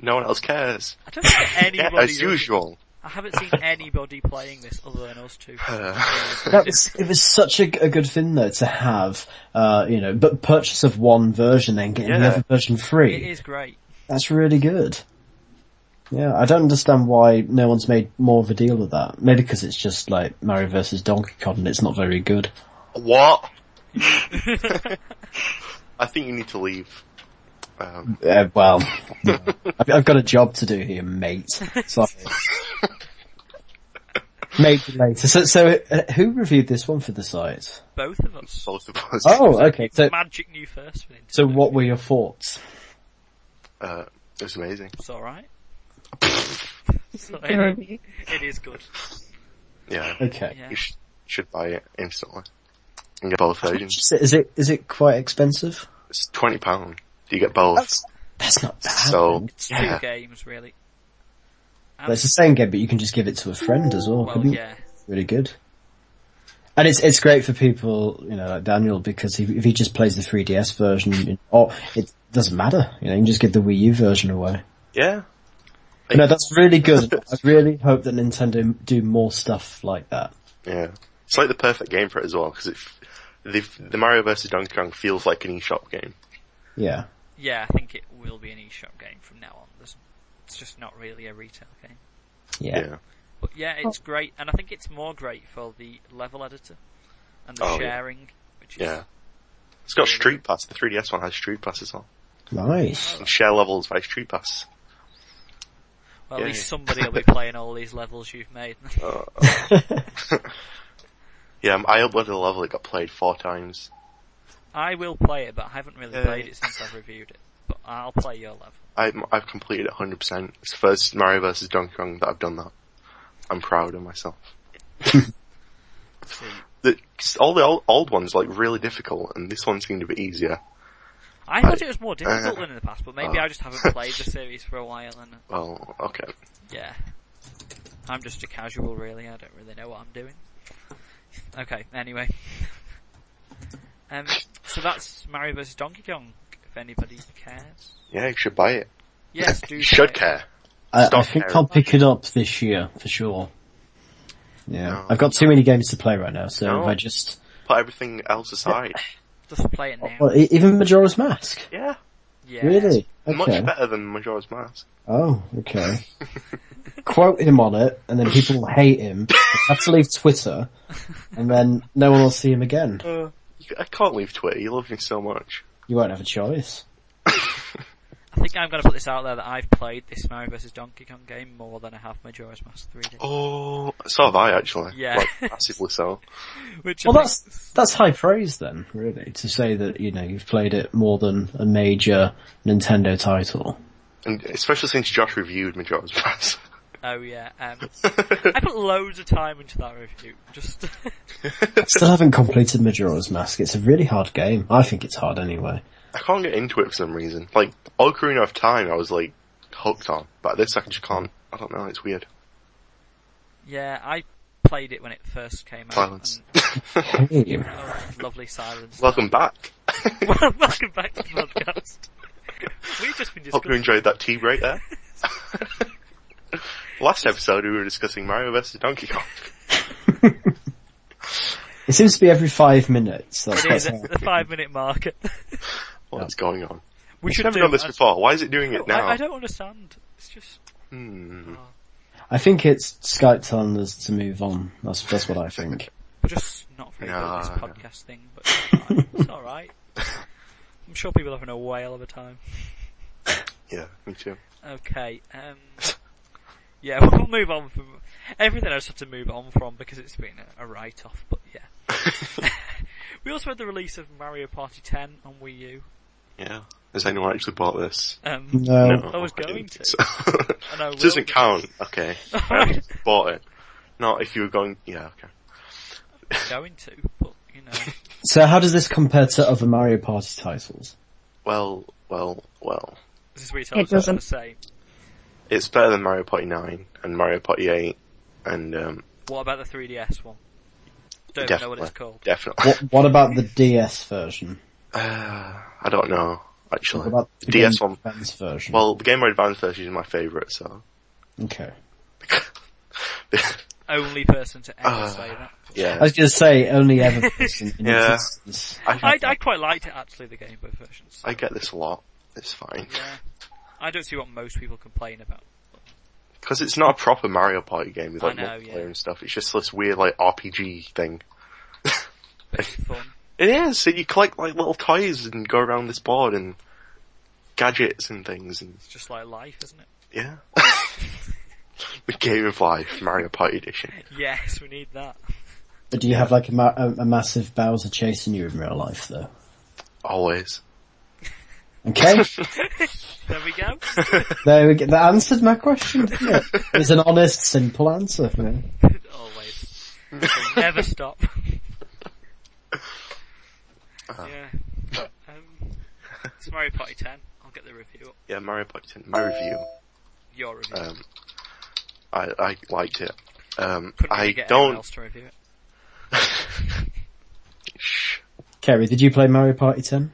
[SPEAKER 3] No one else cares.
[SPEAKER 2] I don't think
[SPEAKER 3] Yeah,
[SPEAKER 2] anybody.
[SPEAKER 3] as
[SPEAKER 2] does-
[SPEAKER 3] usual.
[SPEAKER 2] I haven't seen anybody playing this other than us two.
[SPEAKER 4] That was, it was such a, a good thing though to have, uh, you know, but purchase of one version then getting the
[SPEAKER 3] Yeah.
[SPEAKER 4] other version
[SPEAKER 2] It
[SPEAKER 4] free.
[SPEAKER 2] is great.
[SPEAKER 4] That's really good. Yeah, I don't understand why no one's made more of a deal with that. Maybe because it's just like Mario vs. Donkey Kong and it's not very good.
[SPEAKER 3] What? I think you need to leave. Um,
[SPEAKER 4] Uh, well, you know, I've, I've got a job to do here, mate. Sorry. Maybe later. So, so uh, who reviewed this one for the site?
[SPEAKER 2] Both of us.
[SPEAKER 3] both of us.
[SPEAKER 4] Oh, okay. So,
[SPEAKER 2] Magic new first for Nintendo.
[SPEAKER 4] so what were your thoughts?
[SPEAKER 3] Uh, it was amazing.
[SPEAKER 2] It's alright. So
[SPEAKER 5] a
[SPEAKER 2] it,
[SPEAKER 5] review.
[SPEAKER 2] it is good.
[SPEAKER 3] Yeah.
[SPEAKER 4] Okay.
[SPEAKER 2] Yeah.
[SPEAKER 3] You sh- should buy it instantly. And get both
[SPEAKER 4] Is
[SPEAKER 3] versions.
[SPEAKER 4] it- Is it is it quite expensive?
[SPEAKER 3] It's twenty pound. You get both.
[SPEAKER 4] That's not bad.
[SPEAKER 3] So
[SPEAKER 2] It's
[SPEAKER 3] yeah,
[SPEAKER 2] two games really.
[SPEAKER 4] Well, it's the same game, but you can just give it to a friend as well.
[SPEAKER 2] Well,
[SPEAKER 4] couldn't you?
[SPEAKER 2] yeah.
[SPEAKER 4] Really good. And it's it's great for people, you know, like Daniel, because if, if he just plays the 3DS version, you- or it doesn't matter, you know, you can just give the Wii U version away.
[SPEAKER 3] yeah.
[SPEAKER 4] No, that's really good. I really hope that Nintendo do more stuff like that.
[SPEAKER 3] Yeah. It's like the perfect game for it as well because it f- the the Mario vs Donkey Kong feels like an eShop game.
[SPEAKER 4] Yeah.
[SPEAKER 2] Yeah, I think it will be an eShop game from now on. There's, it's just not really a retail game.
[SPEAKER 4] Yeah.
[SPEAKER 3] Yeah.
[SPEAKER 2] But yeah, it's great, and I think it's more great for the level editor and the
[SPEAKER 3] Oh, yeah.
[SPEAKER 2] sharing, which is
[SPEAKER 3] Yeah. It's got Street Pass. The 3DS one has Street Pass as well.
[SPEAKER 4] Nice.
[SPEAKER 3] And share levels by Street Pass.
[SPEAKER 2] well, at
[SPEAKER 3] Yeah.
[SPEAKER 2] least somebody will be playing all these levels you've made.
[SPEAKER 3] Yeah, um, I uploaded a level. It got played four times.
[SPEAKER 2] I will play it, but I haven't really
[SPEAKER 3] Yeah.
[SPEAKER 2] played it since I've reviewed it. But I'll play your level.
[SPEAKER 3] I, I've completed it 100%. It's the first Mario vs. Donkey Kong that I've done that. I'm proud of myself.
[SPEAKER 2] See,
[SPEAKER 3] The, 'cause all the old, old ones like really difficult, and this one seemed a bit easier.
[SPEAKER 2] I thought it was more difficult than in the past, but
[SPEAKER 3] Uh-huh.
[SPEAKER 2] maybe I just haven't played the series for a while and
[SPEAKER 3] Well, okay.
[SPEAKER 2] yeah. I'm just a casual really, I don't really know what I'm doing. Okay, anyway. Um, so that's Mario vs Donkey Kong, if anybody cares.
[SPEAKER 3] Yeah, you should buy it.
[SPEAKER 2] Yes, do
[SPEAKER 3] you should
[SPEAKER 2] play it.
[SPEAKER 3] care.
[SPEAKER 4] I, I
[SPEAKER 3] Stop
[SPEAKER 4] think
[SPEAKER 3] Harry.
[SPEAKER 4] I'll pick it up this year for sure. Yeah,
[SPEAKER 3] No.
[SPEAKER 4] I've got too many games to play right now, so
[SPEAKER 3] No.
[SPEAKER 4] if I just
[SPEAKER 3] Put everything else aside.
[SPEAKER 2] Just play it now.
[SPEAKER 4] well, e- even Majora's Mask,
[SPEAKER 3] yeah.
[SPEAKER 2] yeah.
[SPEAKER 4] really? Okay.
[SPEAKER 3] Much better than Majora's Mask.
[SPEAKER 4] Oh, okay. Quote him on it, and then people will hate him. He'll have to leave Twitter, and then no one will see him again.
[SPEAKER 2] Uh.
[SPEAKER 3] You- I can't leave Twitter. You love me so much.
[SPEAKER 4] You won't have a choice.
[SPEAKER 2] I think I'm going to put this out there that I've played this Mario vs Donkey Kong game more than I have Majora's Mask 3D.
[SPEAKER 3] Oh, so have I actually.
[SPEAKER 2] Yeah.
[SPEAKER 3] Like, massively so.
[SPEAKER 2] Which
[SPEAKER 4] Well,
[SPEAKER 2] I think-
[SPEAKER 4] that's that's high praise then, really, to say that you know you've played it more than a major Nintendo title.
[SPEAKER 3] And especially since Josh reviewed Majora's Mask.
[SPEAKER 2] Oh yeah, um, I put loads of time into that review. Just
[SPEAKER 4] I still haven't completed Majora's Mask. It's a really hard game. I think it's hard anyway.
[SPEAKER 3] I can't get into it for some reason. Like, Ocarina of Time I was like, hooked on. But this I just can't. I don't know, it's weird.
[SPEAKER 2] yeah, I played it when it first came out.
[SPEAKER 3] Silence.
[SPEAKER 4] Hey,
[SPEAKER 2] and- oh, lovely silence.
[SPEAKER 3] Welcome back.
[SPEAKER 2] Well, welcome back to the podcast. We've just been
[SPEAKER 3] Hope
[SPEAKER 2] discussing.
[SPEAKER 3] you enjoyed that tea break there. Last episode we were discussing Mario vs Donkey Kong.
[SPEAKER 4] It seems to be every five minutes. That's
[SPEAKER 2] It is
[SPEAKER 4] that's
[SPEAKER 2] at the five minute mark.
[SPEAKER 3] What's going on?
[SPEAKER 2] We
[SPEAKER 3] We should
[SPEAKER 2] should
[SPEAKER 3] have
[SPEAKER 2] do
[SPEAKER 3] done this
[SPEAKER 2] I-
[SPEAKER 3] before. Why is it doing it now?
[SPEAKER 2] I, I don't understand. It's just
[SPEAKER 4] I think it's Skyped telling us to move on. That's that's what I think.
[SPEAKER 2] we're just not very good at this
[SPEAKER 3] Yeah.
[SPEAKER 2] podcast thing, but it's alright. it's all right. I'm sure people are having a whale of a time.
[SPEAKER 3] Yeah, me too.
[SPEAKER 2] Okay. Um, yeah, we'll move on from everything. I just have to move on from because it's been a, a write-off. But yeah, we also had the release of Mario Party 10 on Wii U.
[SPEAKER 3] Yeah. Has anyone actually bought this?
[SPEAKER 2] Um,
[SPEAKER 4] No,
[SPEAKER 2] I was
[SPEAKER 3] didn't
[SPEAKER 2] going to.
[SPEAKER 3] think so.
[SPEAKER 2] and I
[SPEAKER 3] it doesn't
[SPEAKER 2] will-
[SPEAKER 3] count. Okay. I actually bought it. Not if you were going, yeah, okay.
[SPEAKER 2] Going to, but you know,
[SPEAKER 4] So how does this compare to other Mario Party titles?
[SPEAKER 3] Well, well, well.
[SPEAKER 2] this is where you tell
[SPEAKER 5] It
[SPEAKER 2] us what
[SPEAKER 5] doesn't.
[SPEAKER 2] to say.
[SPEAKER 3] It's better than Mario Party 9 and Mario Party 8 and, um,
[SPEAKER 2] What about the 3DS one? Don't even know
[SPEAKER 3] definitely.
[SPEAKER 2] what it's called.
[SPEAKER 3] Definitely.
[SPEAKER 4] What what about the DS version?
[SPEAKER 3] I don't know, actually.
[SPEAKER 4] What about
[SPEAKER 3] the DS one.
[SPEAKER 4] Advance version?
[SPEAKER 3] Well, the Game Boy Advance version is my favourite, so.
[SPEAKER 4] okay.
[SPEAKER 2] Only person to ever say that.
[SPEAKER 4] I
[SPEAKER 3] yeah.
[SPEAKER 4] was going to say only ever person in
[SPEAKER 3] Yeah.
[SPEAKER 4] existence.
[SPEAKER 2] I, I quite liked it actually, the Game Boy version. so,
[SPEAKER 3] I get this a lot. It's fine.
[SPEAKER 2] yeah, I don't see what most people complain about.
[SPEAKER 3] Because it's not a proper Mario Party game with
[SPEAKER 2] I
[SPEAKER 3] like
[SPEAKER 2] know,
[SPEAKER 3] multiplayer
[SPEAKER 2] yeah.
[SPEAKER 3] and stuff. It's just this weird like RPG thing.
[SPEAKER 2] But it's fun.
[SPEAKER 3] It is. So you collect like little toys and go around this board and gadgets and things and
[SPEAKER 2] It's just like life, isn't it?
[SPEAKER 3] yeah. the game of life, Mario Party edition.
[SPEAKER 2] Yes, we need that.
[SPEAKER 4] But do you have like a, ma- a, a massive Bowser chasing you in real life though?
[SPEAKER 3] Always.
[SPEAKER 4] Okay,
[SPEAKER 2] There we go.
[SPEAKER 4] there we go. That answered my question. Didn't it? It's an honest, simple answer. For me.
[SPEAKER 2] Always. They never stop.
[SPEAKER 3] Uh-huh.
[SPEAKER 2] Yeah. Um, it's Mario Party 10. I'll get the review up.
[SPEAKER 3] Yeah, Mario Party 10. My review.
[SPEAKER 2] Your review.
[SPEAKER 3] Um, I I liked it. Um,
[SPEAKER 2] Couldn't really
[SPEAKER 3] I
[SPEAKER 2] get anyone
[SPEAKER 3] don't.
[SPEAKER 2] else to review it.
[SPEAKER 3] Shh.
[SPEAKER 4] Kerry, did you play Mario Party 10?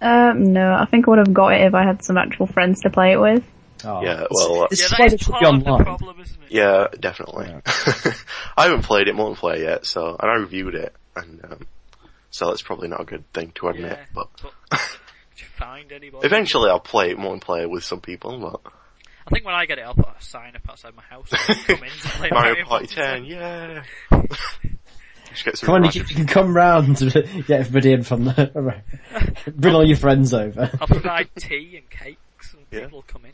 [SPEAKER 5] Um, no, I think I would have got it if I had some actual friends to play it with.
[SPEAKER 4] Oh,
[SPEAKER 3] Yeah, well, uh,
[SPEAKER 4] it's
[SPEAKER 2] Yeah,
[SPEAKER 4] it's
[SPEAKER 2] that
[SPEAKER 4] slightly
[SPEAKER 2] is part of the
[SPEAKER 4] online.
[SPEAKER 2] problem, isn't it?
[SPEAKER 3] Yeah, definitely. I haven't played it multiplayer yet, so and I reviewed it, and um, so that's probably not a good thing to admit.
[SPEAKER 2] Yeah,
[SPEAKER 3] But
[SPEAKER 2] could you find anybody?
[SPEAKER 3] eventually, I'll play it multiplayer with some people. But
[SPEAKER 2] I think when I get it, I'll put a sign up outside my house. and Come in to play
[SPEAKER 3] Mario Party 10, yeah. Just get some
[SPEAKER 4] Come on, you
[SPEAKER 3] random-
[SPEAKER 4] can, you can come round to get everybody in from the, alright. bring all your friends over.
[SPEAKER 2] I'll provide tea and cakes and
[SPEAKER 3] Yeah.
[SPEAKER 2] people will come in.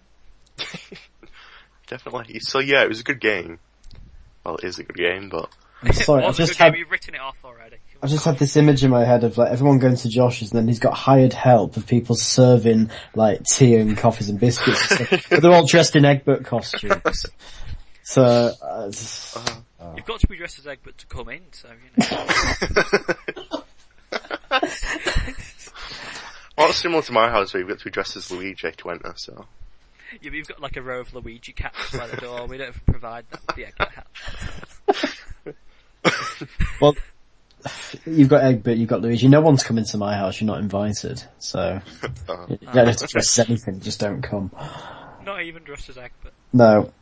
[SPEAKER 3] definitely. So yeah, it was a good game. Well, it is a good game, but
[SPEAKER 2] If it
[SPEAKER 4] Sorry,
[SPEAKER 2] was
[SPEAKER 4] I've
[SPEAKER 2] a
[SPEAKER 4] just
[SPEAKER 2] good game,
[SPEAKER 4] had-
[SPEAKER 2] you've written it off already.
[SPEAKER 4] I just had this image in my head of like everyone going to Josh's and then he's got hired help of people serving like tea and coffees and biscuits and stuff, but they're all dressed in Egbert costumes. So, uh, it's-
[SPEAKER 2] You've got to be dressed as Egbert to come in, so you know.
[SPEAKER 3] Well, it's similar to my house where you've got to be dressed as Luigi to enter, so.
[SPEAKER 2] You've- You've got like a row of Luigi cats by the door. We don't even provide that with the Egbert hat.
[SPEAKER 4] well, you've got Egbert, you've got Luigi, no one's coming to my house, you're not invited, so
[SPEAKER 3] um,
[SPEAKER 4] you don't have to dress as anything, just don't come.
[SPEAKER 2] Not even dressed as Egbert.
[SPEAKER 4] No.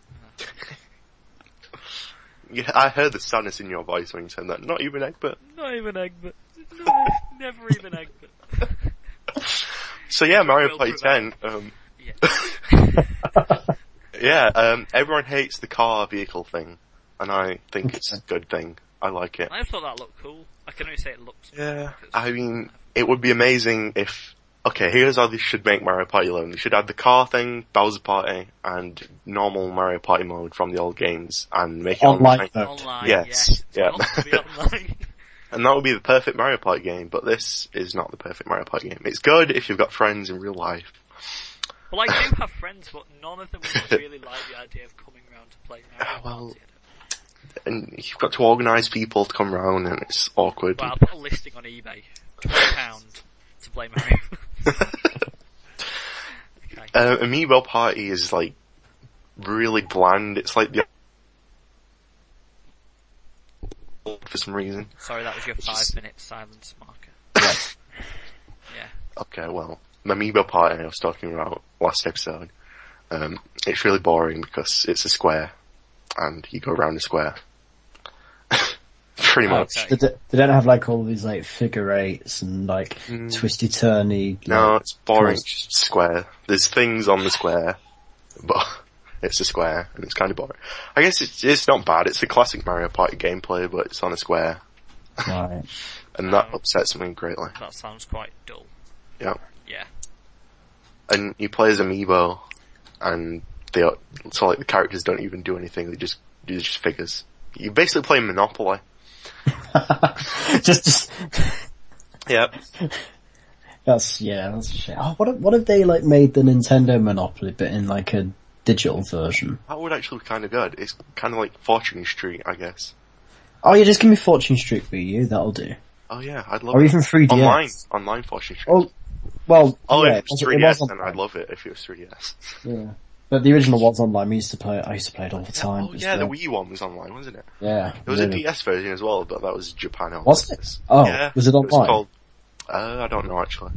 [SPEAKER 3] Yeah, I heard the sadness in your voice when you said that. Not even Egbert.
[SPEAKER 2] Not even Egbert. No, never even Egbert.
[SPEAKER 3] So yeah, Mario
[SPEAKER 2] Will
[SPEAKER 3] Party 10,
[SPEAKER 2] prevail.
[SPEAKER 3] um,
[SPEAKER 2] Yeah.
[SPEAKER 3] yeah, um, everyone hates the car vehicle thing, and I think it's a good thing. I like it.
[SPEAKER 2] I just thought that looked cool. I can only say it looks cool.
[SPEAKER 3] Yeah.
[SPEAKER 2] because-
[SPEAKER 3] I mean, it would be amazing if, okay, here's how they should make Mario Party 11. They should add the car thing, Bowser Party, and normal Mario Party mode from the old games, and make it
[SPEAKER 4] Online
[SPEAKER 3] online.
[SPEAKER 4] mode.
[SPEAKER 2] Online,
[SPEAKER 3] Yes,
[SPEAKER 2] yes.
[SPEAKER 3] yeah.
[SPEAKER 2] It's got to be online.
[SPEAKER 3] And that would be the perfect Mario Party game, but this is not the perfect Mario Party game. It's good if you've got friends in real life.
[SPEAKER 2] well, I do have friends, but none of them would really like the idea of coming round to play Mario
[SPEAKER 3] Ah, Well-
[SPEAKER 2] Party.
[SPEAKER 3] And you've got to organise people to come round and it's awkward.
[SPEAKER 2] Well, I'll put a listing on eBay. Pound to play Mario. okay.
[SPEAKER 3] Uh, Amiibo Party is like really bland. It's like the for some reason.
[SPEAKER 2] Sorry, that was your
[SPEAKER 3] just-
[SPEAKER 2] five minute silence marker. Yeah.
[SPEAKER 3] Okay, well, Amiibo Party I was talking about last episode. Um, it's really boring because it's a square, and you go around a square. Pretty much.
[SPEAKER 2] Okay.
[SPEAKER 4] They, d- they don't have like all these like figure eights and like twisty turny.
[SPEAKER 3] No,
[SPEAKER 4] like,
[SPEAKER 3] it's boring.
[SPEAKER 4] Nice.
[SPEAKER 3] It's just a square. There's things on the square, but it's a square and it's kind of boring. I guess it's it's not bad. It's a classic Mario Party gameplay, but it's on a square,
[SPEAKER 4] right.
[SPEAKER 3] and that
[SPEAKER 4] Mm.
[SPEAKER 2] Oh.
[SPEAKER 3] upsets me greatly.
[SPEAKER 2] That sounds quite dull.
[SPEAKER 3] Yeah,
[SPEAKER 2] Yeah.
[SPEAKER 3] and you play as Amiibo, and they are, so like the characters don't even do anything. They just they're just figures. You basically play Monopoly.
[SPEAKER 4] just, just,
[SPEAKER 3] Yep.
[SPEAKER 4] that's, yeah, that's a shame. Oh, what if, what if they like made the Nintendo Monopoly but in like a digital version?
[SPEAKER 3] That would actually be kind of good. It's kind of like Fortune Street, I guess.
[SPEAKER 4] Oh yeah, just give me Fortune Street Wii U, that'll do.
[SPEAKER 3] Oh yeah, I'd love
[SPEAKER 4] Or
[SPEAKER 3] it.
[SPEAKER 4] even 3DS.
[SPEAKER 3] online, online Fortune Street.
[SPEAKER 4] Oh, well,
[SPEAKER 3] Oh,
[SPEAKER 4] yeah,
[SPEAKER 3] if it was
[SPEAKER 4] it
[SPEAKER 3] 3DS,
[SPEAKER 4] was
[SPEAKER 3] then
[SPEAKER 4] online.
[SPEAKER 3] I'd love it if it was 3DS.
[SPEAKER 4] Yeah. But the original was online, we used to play it, I used to play it all the time.
[SPEAKER 3] Oh
[SPEAKER 4] It was
[SPEAKER 3] yeah, the
[SPEAKER 4] great.
[SPEAKER 3] Wii one was online, wasn't it?
[SPEAKER 4] Yeah.
[SPEAKER 3] There was a
[SPEAKER 4] really.
[SPEAKER 3] DS version as well, but that was Japan. only.
[SPEAKER 4] Was it? Oh, was it online?
[SPEAKER 3] was called, uh, I don't know actually.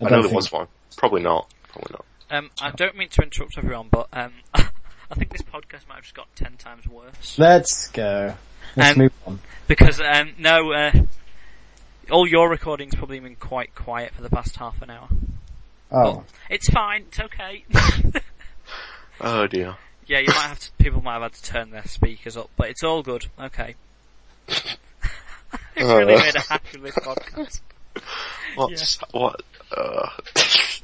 [SPEAKER 3] I,
[SPEAKER 4] don't
[SPEAKER 3] know there
[SPEAKER 4] think-
[SPEAKER 3] was one. Probably not. Probably not.
[SPEAKER 2] Um, I don't mean to interrupt everyone, but um, I think this podcast might have just got ten times worse
[SPEAKER 4] Let's go. Let's
[SPEAKER 2] Um,
[SPEAKER 4] move on.
[SPEAKER 2] because um, no, uh, all your recordings probably been quite quiet for the past half an hour.
[SPEAKER 4] Oh.
[SPEAKER 2] It's fine. It's okay.
[SPEAKER 3] Oh dear.
[SPEAKER 2] yeah, you might have to. People might have had to turn their speakers up, but it's all good. Okay. I really made a hash of this podcast.
[SPEAKER 3] What's what? Uh,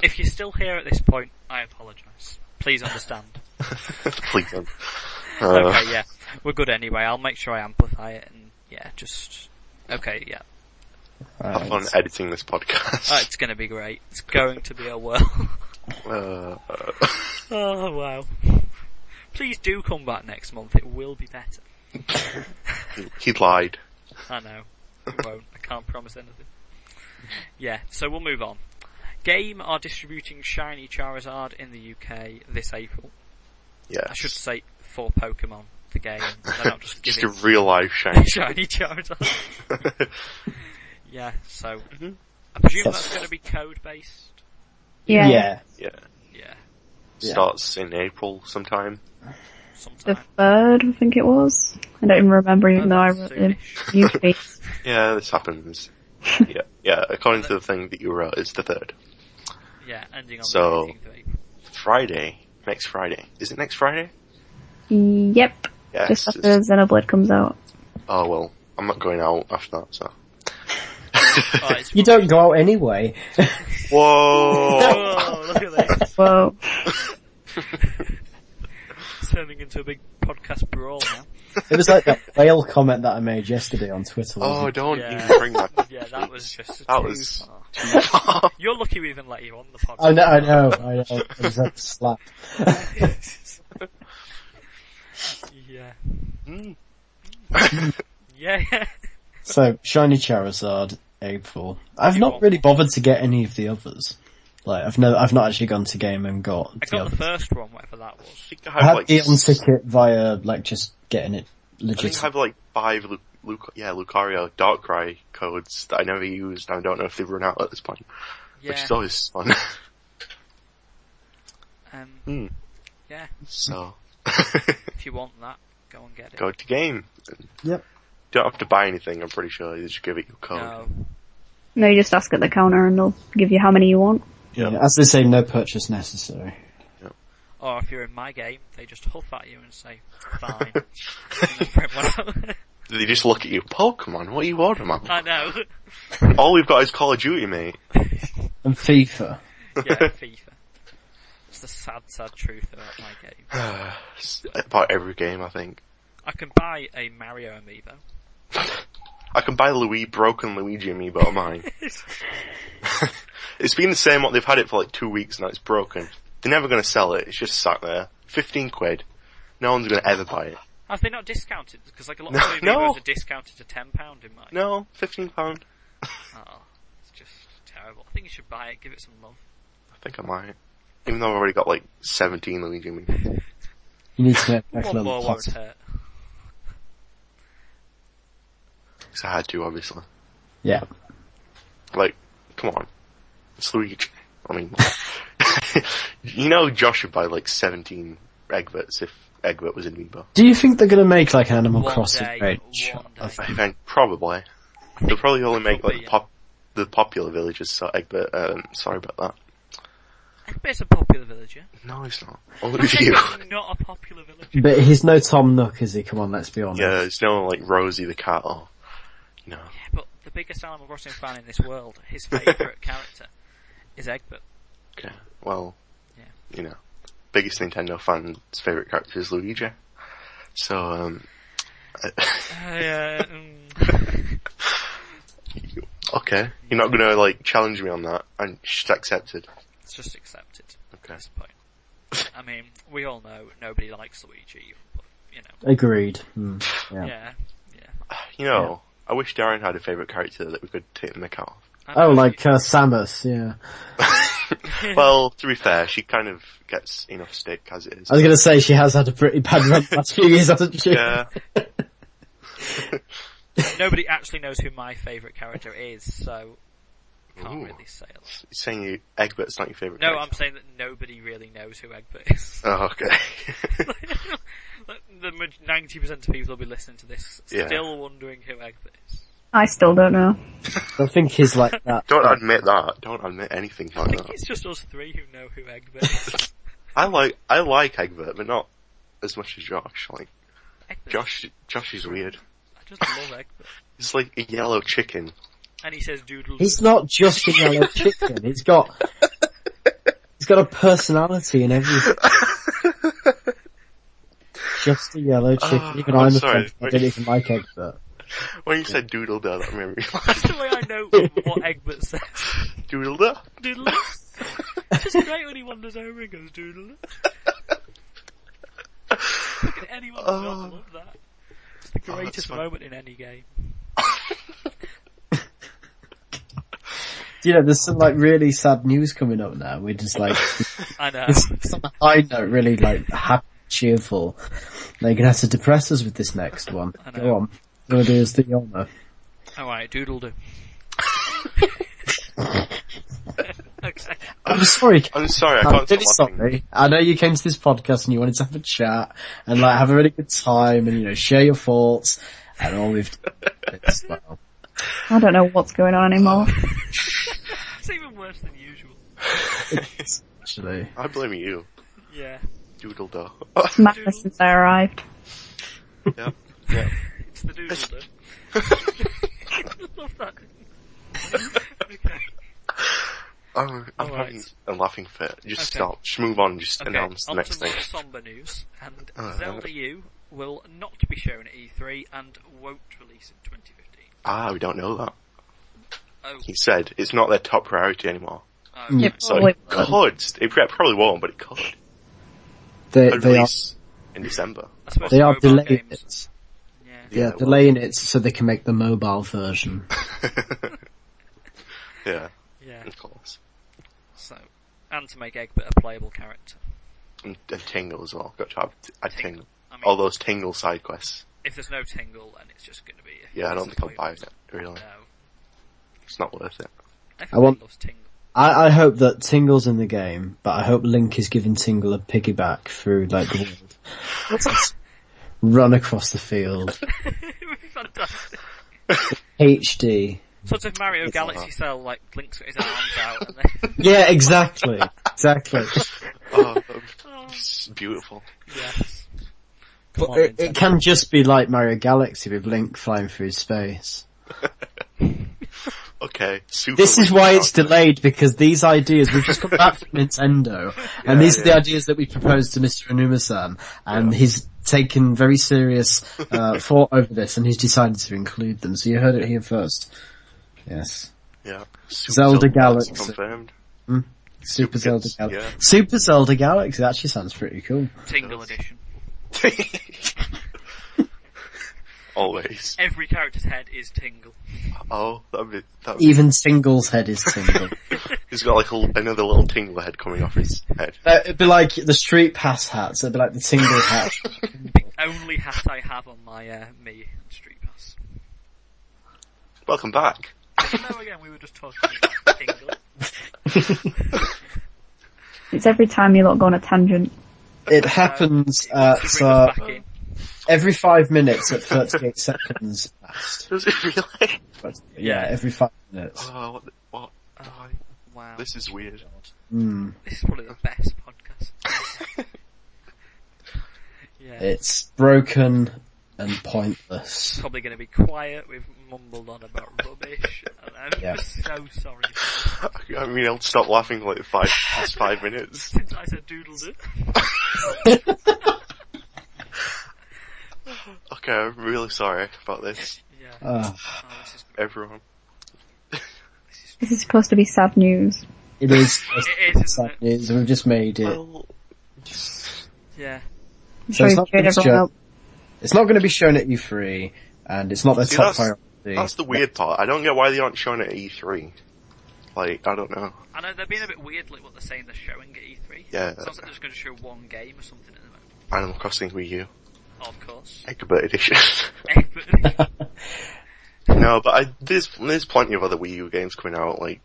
[SPEAKER 2] If you're still here at this point, I apologise. Please understand.
[SPEAKER 3] please. Don't. Uh,
[SPEAKER 2] Okay, yeah. We're good anyway. I'll make sure I amplify it and yeah, just okay, yeah.
[SPEAKER 3] Have fun editing this
[SPEAKER 2] Oh,
[SPEAKER 3] podcast.
[SPEAKER 2] it's gonna be great. It's going to be a whirl.
[SPEAKER 3] Uh,
[SPEAKER 2] oh wow. Please do come back next month. It will be better.
[SPEAKER 3] he lied.
[SPEAKER 2] I know. It won't. I can't promise anything. Yeah, so we'll move on. Game are distributing Shiny Charizard in the UK this April.
[SPEAKER 3] Yeah.
[SPEAKER 2] I should say for Pokemon, the game. They're not just
[SPEAKER 3] Just
[SPEAKER 2] giving
[SPEAKER 3] a real life shame.
[SPEAKER 2] shiny Charizard. yeah, so
[SPEAKER 3] Mm-hmm.
[SPEAKER 2] I presume
[SPEAKER 4] That's-
[SPEAKER 2] that's going to be code based.
[SPEAKER 5] Yeah.
[SPEAKER 4] yeah.
[SPEAKER 3] yeah.
[SPEAKER 2] Yeah,
[SPEAKER 4] Yeah.
[SPEAKER 3] Starts in April sometime.
[SPEAKER 5] The
[SPEAKER 2] sometime.
[SPEAKER 5] third, I think it was. I don't even remember, even though I
[SPEAKER 2] that's
[SPEAKER 5] wrote it.
[SPEAKER 2] soonish.
[SPEAKER 5] You tweet.
[SPEAKER 3] Yeah, this happens. yeah, yeah. According to the thing that you wrote, it's the third
[SPEAKER 2] Yeah, ending on
[SPEAKER 3] So-
[SPEAKER 2] the 18th of April.
[SPEAKER 3] Friday. Next Friday. Is it next Friday?
[SPEAKER 5] Yep.
[SPEAKER 3] Yes.
[SPEAKER 5] Just after
[SPEAKER 3] it's-
[SPEAKER 5] Xenoblade comes out.
[SPEAKER 3] Oh well, I'm not going out after that. So.
[SPEAKER 2] Alright, Oh, it's
[SPEAKER 4] You don't go out anyway.
[SPEAKER 3] Whoa!
[SPEAKER 2] Oh, Whoa, look at this.
[SPEAKER 5] Whoa.
[SPEAKER 2] It's turning into a big podcast brawl now.
[SPEAKER 4] It was like that whale comment that I made yesterday on Twitter. wasn't
[SPEAKER 3] Oh,
[SPEAKER 4] it?
[SPEAKER 3] don't
[SPEAKER 2] Yeah.
[SPEAKER 3] even bring that.
[SPEAKER 2] Yeah, that was just
[SPEAKER 3] That
[SPEAKER 2] too
[SPEAKER 3] was-
[SPEAKER 2] far.
[SPEAKER 3] too far.
[SPEAKER 2] You're lucky we even let you on the podcast.
[SPEAKER 4] I know, I know, I know. It was like slap.
[SPEAKER 2] yeah.
[SPEAKER 3] Mm.
[SPEAKER 2] Hmm. Yeah, yeah.
[SPEAKER 4] So, Shiny Charizard, April. I've
[SPEAKER 2] You
[SPEAKER 4] not
[SPEAKER 2] won't.
[SPEAKER 4] really bothered to get any of the others. Like, I've never, I've not actually gone to game and got
[SPEAKER 2] I
[SPEAKER 4] the
[SPEAKER 2] got the
[SPEAKER 4] others.
[SPEAKER 2] first one, whatever that
[SPEAKER 3] I
[SPEAKER 2] was.
[SPEAKER 3] think I
[SPEAKER 4] I
[SPEAKER 3] have
[SPEAKER 4] had
[SPEAKER 3] like,
[SPEAKER 4] the on
[SPEAKER 3] s-
[SPEAKER 4] ticket via, like, just getting it
[SPEAKER 3] I think
[SPEAKER 4] legit.
[SPEAKER 3] I have like five Lu- Luc- yeah, Lucario Darkrai codes that I never used and I don't know if they've run out at this point,
[SPEAKER 2] Yeah.
[SPEAKER 3] which is always fun.
[SPEAKER 2] Um,
[SPEAKER 3] Hmm.
[SPEAKER 2] Yeah,
[SPEAKER 3] so,
[SPEAKER 2] if you want that, go and get it.
[SPEAKER 3] go to game.
[SPEAKER 4] Yep.
[SPEAKER 3] Don't have to buy anything, I'm pretty sure. They just give it your code.
[SPEAKER 2] no.
[SPEAKER 5] No, you just ask at the counter and they'll give you how many you want.
[SPEAKER 4] Yeah, as they say, no purchase necessary.
[SPEAKER 2] Or if you're in my game, they just huff at you and say, fine. And then print one out.
[SPEAKER 3] They just look at you, Pokemon, what are you ordering, man?
[SPEAKER 2] I know.
[SPEAKER 3] All we've got is Call of Duty, mate.
[SPEAKER 4] And FIFA.
[SPEAKER 2] Yeah, FIFA. It's the sad, sad truth about my game.
[SPEAKER 3] It's about every game, I think.
[SPEAKER 2] I can buy a Mario amiibo.
[SPEAKER 3] I can buy Louis broken Luigi amiibo of mine. it's been the same what they've had it for like two weeks now, it's broken. They're never gonna sell it, it's just sat there. Fifteen quid. No one's gonna ever buy it.
[SPEAKER 2] Have they not discounted? Because like a lot of
[SPEAKER 3] No,
[SPEAKER 2] amiibos
[SPEAKER 3] no.
[SPEAKER 2] are discounted to ten pound in mine.
[SPEAKER 3] No, fifteen pound.
[SPEAKER 2] Oh, it's just terrible. I think you should buy it. Give it some love.
[SPEAKER 3] I think I might. Even though I've already got like seventeen Luigi amiibo.
[SPEAKER 4] You need to make a
[SPEAKER 2] One more uh,
[SPEAKER 4] little
[SPEAKER 2] won't
[SPEAKER 4] pot.
[SPEAKER 2] hurt.
[SPEAKER 3] 'Cause I had to, obviously.
[SPEAKER 4] Yeah.
[SPEAKER 3] Like, come on. It's Luigi. I mean, you know Josh would buy like 17 Egberts if Egbert was in Amiibo.
[SPEAKER 4] Do you think they're gonna make like Animal
[SPEAKER 2] One
[SPEAKER 4] Crossing
[SPEAKER 2] day,
[SPEAKER 4] range?
[SPEAKER 2] one
[SPEAKER 4] I
[SPEAKER 2] day.
[SPEAKER 4] think-
[SPEAKER 3] Then probably. They'll probably only make
[SPEAKER 2] could
[SPEAKER 3] like
[SPEAKER 2] be,
[SPEAKER 3] the pop, the popular villages, so Egbert, um, sorry about that.
[SPEAKER 2] Egbert's a popular villager.
[SPEAKER 3] No, he's not. Only with you.
[SPEAKER 2] Egbert's not a popular villager.
[SPEAKER 4] But he's no Tom Nook, is he? Come on, let's be honest.
[SPEAKER 3] Yeah, there's no like Rosie the cat or, you know.
[SPEAKER 2] But the biggest Animal Crossing fan in this world, his favourite character, is Egbert.
[SPEAKER 3] Okay. Well,
[SPEAKER 2] Yeah.
[SPEAKER 3] you know, biggest Nintendo fan's favorite character is Luigi. So, um,
[SPEAKER 2] Uh, um,
[SPEAKER 3] okay. You're not gonna like challenge me on that. I'm just accepted.
[SPEAKER 2] it's just accepted
[SPEAKER 3] Okay.
[SPEAKER 2] at this point. I mean, we all know nobody likes Luigi, but you know,
[SPEAKER 4] Agreed. Hmm, yeah.
[SPEAKER 2] yeah, yeah.
[SPEAKER 3] You know, I wish Darren had a favourite character that we could take the mick out
[SPEAKER 2] I
[SPEAKER 4] Oh,
[SPEAKER 2] know
[SPEAKER 4] like uh, Samus. Yeah.
[SPEAKER 3] of. well, to be fair, she kind of gets enough stick as it is.
[SPEAKER 4] I was gonna say she has had a pretty bad run the last few years, hasn't she?
[SPEAKER 3] yeah,
[SPEAKER 2] nobody actually knows who my favourite character is, so can't
[SPEAKER 3] Ooh.
[SPEAKER 2] really say a lot.
[SPEAKER 3] you're saying you, Egbert's not your favourite
[SPEAKER 2] No, I'm
[SPEAKER 3] character.
[SPEAKER 2] saying that nobody really knows who Egbert is.
[SPEAKER 3] Oh, okay.
[SPEAKER 2] Like, the ninety percent of people will be listening to this
[SPEAKER 3] Yeah.
[SPEAKER 2] still wondering who Egbert is.
[SPEAKER 5] I still don't know.
[SPEAKER 4] I think he's like that.
[SPEAKER 3] Don't admit that. Don't admit anything
[SPEAKER 2] I
[SPEAKER 3] like
[SPEAKER 2] think
[SPEAKER 3] that.
[SPEAKER 2] it's just us three who know who Egbert is.
[SPEAKER 3] I like, I like Egbert, but not as much as Josh. Like,
[SPEAKER 2] Egbert-
[SPEAKER 3] Josh, Josh is weird.
[SPEAKER 2] I just love Egbert.
[SPEAKER 3] He's like a yellow chicken.
[SPEAKER 2] And he says doodle.
[SPEAKER 4] He's not just a yellow chicken. He's got. He's got a personality and everything. Just a yellow chicken.
[SPEAKER 3] Ah,
[SPEAKER 4] even
[SPEAKER 3] I'm
[SPEAKER 4] I'm,
[SPEAKER 3] sorry.
[SPEAKER 4] offended. I don't even like Egbert.
[SPEAKER 3] When you said doodle da, that made me laugh.
[SPEAKER 2] That's the way I know what Egbert says.
[SPEAKER 3] Doodle da?
[SPEAKER 2] Doodle. It's just great when he wanders over and goes doodle. Look at anyone who
[SPEAKER 3] Oh.
[SPEAKER 2] not love that. It's the
[SPEAKER 3] that's
[SPEAKER 2] greatest
[SPEAKER 3] fun.
[SPEAKER 2] moment in any game.
[SPEAKER 4] You know, there's some like really sad news coming up now. We're just like,
[SPEAKER 2] I know.
[SPEAKER 4] I know, really like happy, cheerful. Now you're gonna have to depress us with this next one.
[SPEAKER 2] I know.
[SPEAKER 4] Go on. Go do us the honour.
[SPEAKER 2] Alright, doodle do. okay.
[SPEAKER 4] I'm sorry,
[SPEAKER 3] I'm sorry, I
[SPEAKER 4] I'm
[SPEAKER 3] can't
[SPEAKER 4] really
[SPEAKER 3] stop laughing.
[SPEAKER 4] sorry. I know you came to this podcast and you wanted to have a chat and like have a really good time and you know share your thoughts and all we've done is, well,
[SPEAKER 5] I don't know what's going on anymore.
[SPEAKER 2] It's even worse than usual.
[SPEAKER 4] actually.
[SPEAKER 3] I blame you.
[SPEAKER 2] Yeah.
[SPEAKER 3] Doodle da.
[SPEAKER 5] It's madness since I arrived.
[SPEAKER 3] yeah. Yeah.
[SPEAKER 2] It's the doodle do. love that. okay.
[SPEAKER 3] Oh, I'm, I'm
[SPEAKER 2] Alright.
[SPEAKER 3] having a laughing fit. Just
[SPEAKER 2] Okay.
[SPEAKER 3] stop. Just move on. Just
[SPEAKER 2] Okay,
[SPEAKER 3] announce the
[SPEAKER 2] on
[SPEAKER 3] next
[SPEAKER 2] to
[SPEAKER 3] thing.
[SPEAKER 2] more somber news, and
[SPEAKER 3] Oh,
[SPEAKER 2] Zelda U will not be shown at E3 and won't release in 2015.
[SPEAKER 3] Ah, we don't know that.
[SPEAKER 2] Oh,
[SPEAKER 3] He said it's not their top priority anymore.
[SPEAKER 2] oh,
[SPEAKER 4] Yeah.
[SPEAKER 5] It
[SPEAKER 3] So
[SPEAKER 5] probably
[SPEAKER 3] it could. It pre- probably won't, but it could.
[SPEAKER 4] They,
[SPEAKER 3] Could
[SPEAKER 4] they are,
[SPEAKER 3] release in December.
[SPEAKER 2] I suppose
[SPEAKER 4] they are
[SPEAKER 2] mobile
[SPEAKER 4] delaying
[SPEAKER 2] games.
[SPEAKER 4] it.
[SPEAKER 2] Yeah.
[SPEAKER 4] Yeah,
[SPEAKER 3] they
[SPEAKER 4] delaying it so they can make the mobile version.
[SPEAKER 3] Yeah,
[SPEAKER 2] Yeah.
[SPEAKER 3] of course.
[SPEAKER 2] So, and to make Egbert a playable character.
[SPEAKER 3] And, and Tingle as well. Got to have, add Tingle.
[SPEAKER 2] I mean,
[SPEAKER 3] All those Tingle side quests.
[SPEAKER 2] if there's no Tingle, then it's just going to be. a
[SPEAKER 3] Yeah, I don't think I'll buy it,
[SPEAKER 2] disappointment.
[SPEAKER 3] really.
[SPEAKER 2] No.
[SPEAKER 3] It's not worth it.
[SPEAKER 2] Everyone
[SPEAKER 4] want-
[SPEAKER 2] loves Tingle.
[SPEAKER 4] I, I hope that Tingle's in the game, but I hope Link is giving Tingle a piggyback through like the world. Just run across the field.
[SPEAKER 2] it would be fantastic.
[SPEAKER 4] HD.
[SPEAKER 2] Sort of Mario Galaxy Cell, like, Link's got his arms out and then,
[SPEAKER 4] Yeah, exactly. Exactly.
[SPEAKER 3] Oh, it's beautiful.
[SPEAKER 2] yes. Come
[SPEAKER 4] But
[SPEAKER 2] on,
[SPEAKER 4] it,
[SPEAKER 2] Nintendo.
[SPEAKER 4] it can just be like Mario Galaxy with Link flying through space.
[SPEAKER 3] Okay, super.
[SPEAKER 4] This is
[SPEAKER 3] weird.
[SPEAKER 4] why it's delayed because these ideas, we've just come back from Nintendo and these are the ideas that we proposed to Mr. Anuma-san and he's taken very serious uh, thought over this and he's decided to include them. So you heard it here first. Yes.
[SPEAKER 3] Yeah. Super
[SPEAKER 4] Zelda
[SPEAKER 3] Galaxy
[SPEAKER 4] Galaxy.
[SPEAKER 3] Confirmed.
[SPEAKER 4] Super Zelda
[SPEAKER 3] Yes,
[SPEAKER 4] Galaxy.
[SPEAKER 3] yeah.
[SPEAKER 4] Super Zelda Galaxy actually sounds pretty cool.
[SPEAKER 2] Tingle edition.
[SPEAKER 3] Always.
[SPEAKER 2] Every character's head is Tingle.
[SPEAKER 3] Oh, that'd be, that'd be,
[SPEAKER 4] Even Tingle's head is Tingle.
[SPEAKER 3] he's got like a, l- another little tingle head coming off his head.
[SPEAKER 4] Uh, it'd be like the Street Pass hats, it'd be like the Tingle hat.
[SPEAKER 2] The only hat I have on my, uh, me and Street Pass.
[SPEAKER 3] Welcome back.
[SPEAKER 2] No, again, we were just talking about Tingle.
[SPEAKER 5] It's every time you lot go on a tangent.
[SPEAKER 4] It happens
[SPEAKER 2] Uh,
[SPEAKER 4] at
[SPEAKER 2] to bring
[SPEAKER 4] uh,
[SPEAKER 2] us back in.
[SPEAKER 4] every five minutes at 38 seconds past.
[SPEAKER 3] Does it really?
[SPEAKER 4] But, yeah,
[SPEAKER 2] Yeah.
[SPEAKER 4] every five minutes.
[SPEAKER 3] Oh, what? the- what?
[SPEAKER 2] Oh, wow. This,
[SPEAKER 3] This is weird.
[SPEAKER 4] Mm,
[SPEAKER 2] is probably the best podcast. yeah.
[SPEAKER 4] it's broken and pointless.
[SPEAKER 2] probably going to be quiet. We've mumbled on about rubbish. And I'm
[SPEAKER 4] Yeah.
[SPEAKER 2] just so sorry.
[SPEAKER 3] I mean, I'll stop laughing for like five, past five minutes.
[SPEAKER 2] Since I said doodles it.
[SPEAKER 3] Okay, I'm really sorry about this,
[SPEAKER 2] Yeah.
[SPEAKER 4] Ah,
[SPEAKER 2] Oh, this is,
[SPEAKER 3] everyone.
[SPEAKER 5] This is supposed to be sad news.
[SPEAKER 4] it is.
[SPEAKER 2] it is, isn't
[SPEAKER 4] Sad
[SPEAKER 2] it?
[SPEAKER 4] news. We've just made it.
[SPEAKER 3] Well,
[SPEAKER 2] Yeah.
[SPEAKER 5] I'm
[SPEAKER 4] So
[SPEAKER 5] sure
[SPEAKER 4] it's
[SPEAKER 5] you've
[SPEAKER 4] not
[SPEAKER 5] cheered
[SPEAKER 4] finished
[SPEAKER 5] everyone
[SPEAKER 4] yet.
[SPEAKER 5] up.
[SPEAKER 4] It's not going to be shown at E3, and it's not their
[SPEAKER 3] See,
[SPEAKER 4] top
[SPEAKER 3] that's-
[SPEAKER 4] priority.
[SPEAKER 3] that's the weird part. I don't get why they aren't showing it at E3. Like, I don't know.
[SPEAKER 2] I know they're being a bit weird like what they're saying they're showing at E E3.
[SPEAKER 3] Yeah.
[SPEAKER 2] Sounds like they're just going to show one game or something at the moment.
[SPEAKER 3] Animal Crossing Wii U,
[SPEAKER 2] Of course.
[SPEAKER 3] Egbert Edition.
[SPEAKER 2] Everybody-
[SPEAKER 3] no, but I, there's there's plenty of other Wii U games coming out, like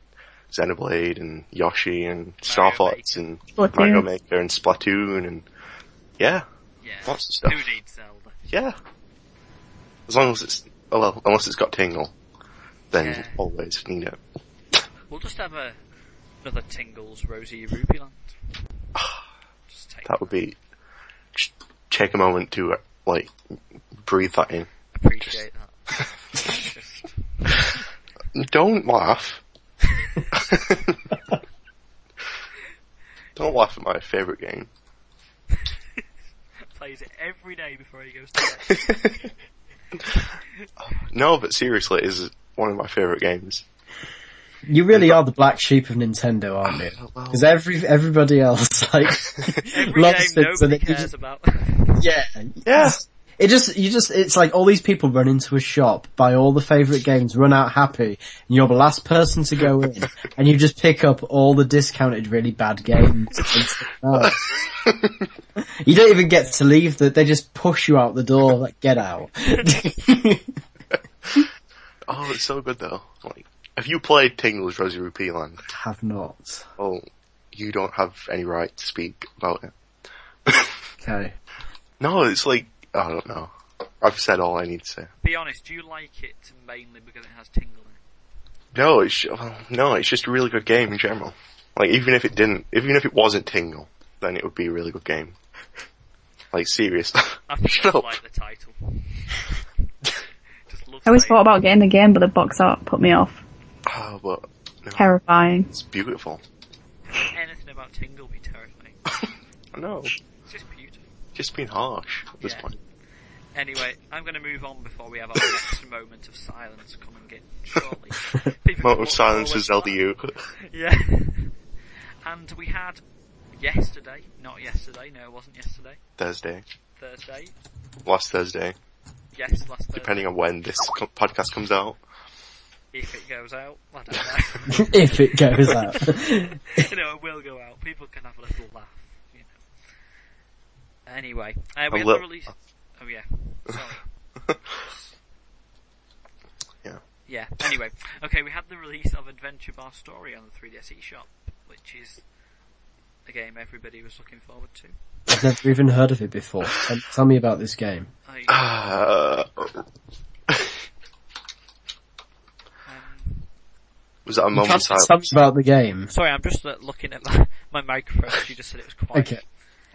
[SPEAKER 3] Xenoblade and Yoshi and Star Fox and
[SPEAKER 5] Splatoon.
[SPEAKER 3] Mario Maker and Splatoon and yeah,
[SPEAKER 2] yeah.
[SPEAKER 3] Lots of stuff.
[SPEAKER 2] Who needs Zelda?
[SPEAKER 3] yeah. As long as it's oh, well, unless it's got Tingle, then
[SPEAKER 2] Yeah.
[SPEAKER 3] always need it.
[SPEAKER 2] We'll just have a another Tingles Rosie Ruby Land. Just take
[SPEAKER 3] That would be. Just take a moment to uh, like breathe that in.
[SPEAKER 2] appreciate that. Just-
[SPEAKER 3] Don't laugh. Don't laugh at my favourite game.
[SPEAKER 2] plays it every day before he goes to bed.
[SPEAKER 3] No, but seriously, it is one of my favourite games.
[SPEAKER 4] You really are the black sheep of Nintendo, aren't you?
[SPEAKER 3] well-
[SPEAKER 4] Because every everybody else like
[SPEAKER 2] Oh, Every
[SPEAKER 4] loves
[SPEAKER 2] game
[SPEAKER 4] it, so
[SPEAKER 2] nobody
[SPEAKER 4] that you
[SPEAKER 2] cares
[SPEAKER 4] just
[SPEAKER 2] about.
[SPEAKER 4] yeah.
[SPEAKER 3] Yeah.
[SPEAKER 4] It just, you just, it's like all these people run into a shop, buy all the favourite games, run out happy, and you're the last person to go in, and you just pick up all the discounted really bad games. It's like, oh. you don't even get to leave, the, they just push you out the door, like, get out.
[SPEAKER 3] Oh, it's so good though. Like, have you played Tingle's Rosie Rupee Land?
[SPEAKER 4] Have not.
[SPEAKER 3] Well, you don't have any right to speak about it.
[SPEAKER 4] Okay.
[SPEAKER 3] No, it's like, I don't know. I've said all I need to say.
[SPEAKER 2] Be honest, do you like it mainly because it has tingle in it?
[SPEAKER 3] No, it's well, no, it's just a really good game in general. Like even if it didn't, even if it wasn't Tingle, then it would be a really good game. Like serious.
[SPEAKER 2] I think
[SPEAKER 3] Shut
[SPEAKER 2] I
[SPEAKER 3] up.
[SPEAKER 2] like the title. Just love
[SPEAKER 5] I always
[SPEAKER 2] saying-
[SPEAKER 5] thought about getting the game, but the box art put me off.
[SPEAKER 3] Oh, but no,
[SPEAKER 5] Terrifying.
[SPEAKER 3] it's beautiful.
[SPEAKER 2] anything about tingle would be terrifying.
[SPEAKER 3] I know.
[SPEAKER 2] It's just beautiful.
[SPEAKER 3] Just being harsh at this
[SPEAKER 2] Yeah.
[SPEAKER 3] point.
[SPEAKER 2] Anyway, I'm going to move on before we have our next moment of silence coming in shortly. People
[SPEAKER 3] Moment
[SPEAKER 2] walk
[SPEAKER 3] of silence
[SPEAKER 2] forward.
[SPEAKER 3] is LDU.
[SPEAKER 2] Yeah. and we had yesterday, not yesterday, no, it wasn't yesterday,
[SPEAKER 3] Thursday.
[SPEAKER 2] Thursday.
[SPEAKER 3] Last Thursday.
[SPEAKER 2] Yes, last Thursday.
[SPEAKER 3] Depending on when this co- podcast comes out.
[SPEAKER 2] If it goes out, I don't know.
[SPEAKER 4] if it goes out.
[SPEAKER 2] you know, it will go out. People can have a little laugh. You know. Anyway, uh, we
[SPEAKER 3] A
[SPEAKER 2] had
[SPEAKER 3] lit-
[SPEAKER 2] the release. Oh yeah, sorry.
[SPEAKER 3] Yeah.
[SPEAKER 2] Yeah. Anyway, okay, we had the release of Adventure Bar Story on the 3DS eShop, which is a game everybody was looking forward to.
[SPEAKER 4] I've never even heard of it before. Tell, tell me about this game.
[SPEAKER 2] I,
[SPEAKER 3] Uh,
[SPEAKER 2] um,
[SPEAKER 3] was that a moment
[SPEAKER 4] Tell
[SPEAKER 3] of
[SPEAKER 4] tell
[SPEAKER 3] silence?
[SPEAKER 4] me about the game.
[SPEAKER 2] sorry, I'm just uh, looking at my, my microphone. 'cause You just said it was quiet.
[SPEAKER 4] Okay.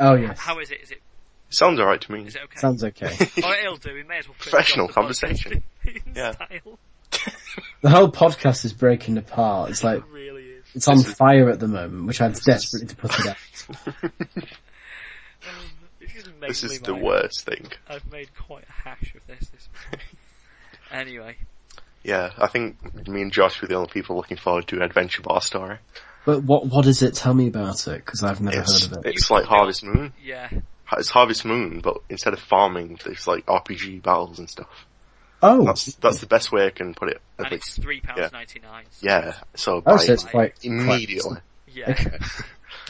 [SPEAKER 4] Oh yes.
[SPEAKER 2] How is it? Is it
[SPEAKER 3] Sounds alright to me.
[SPEAKER 2] is it okay?
[SPEAKER 4] Sounds okay.
[SPEAKER 2] Oh, it'll do. We may as well finish
[SPEAKER 3] Professional
[SPEAKER 2] off the
[SPEAKER 3] conversation.
[SPEAKER 2] podcast in
[SPEAKER 3] Yeah.
[SPEAKER 2] Style.
[SPEAKER 4] the whole podcast is breaking apart. It's like
[SPEAKER 2] It really is.
[SPEAKER 4] it's on fire at the moment, which I've desperately to put it out.
[SPEAKER 2] This is, mainly
[SPEAKER 3] This is the
[SPEAKER 2] my-
[SPEAKER 3] worst thing.
[SPEAKER 2] I've made quite a hash of this. this anyway,
[SPEAKER 3] Yeah, I think me and Josh were the only people looking forward to Adventure Bar Story.
[SPEAKER 4] But what what is it? Tell me about it because I've never
[SPEAKER 3] It's,
[SPEAKER 4] heard of it.
[SPEAKER 3] it's like Harvest Moon.
[SPEAKER 2] yeah,
[SPEAKER 3] It's Harvest Moon, but instead of farming, there's like RPG battles and stuff.
[SPEAKER 4] Oh,
[SPEAKER 3] That's, that's the best way I can put it. I
[SPEAKER 2] and
[SPEAKER 3] think.
[SPEAKER 2] it's three pounds ninety nine.
[SPEAKER 3] Yeah, so
[SPEAKER 4] oh,
[SPEAKER 3] buy
[SPEAKER 4] so it's
[SPEAKER 3] it
[SPEAKER 4] quite quite-
[SPEAKER 3] immediately.
[SPEAKER 2] Yeah.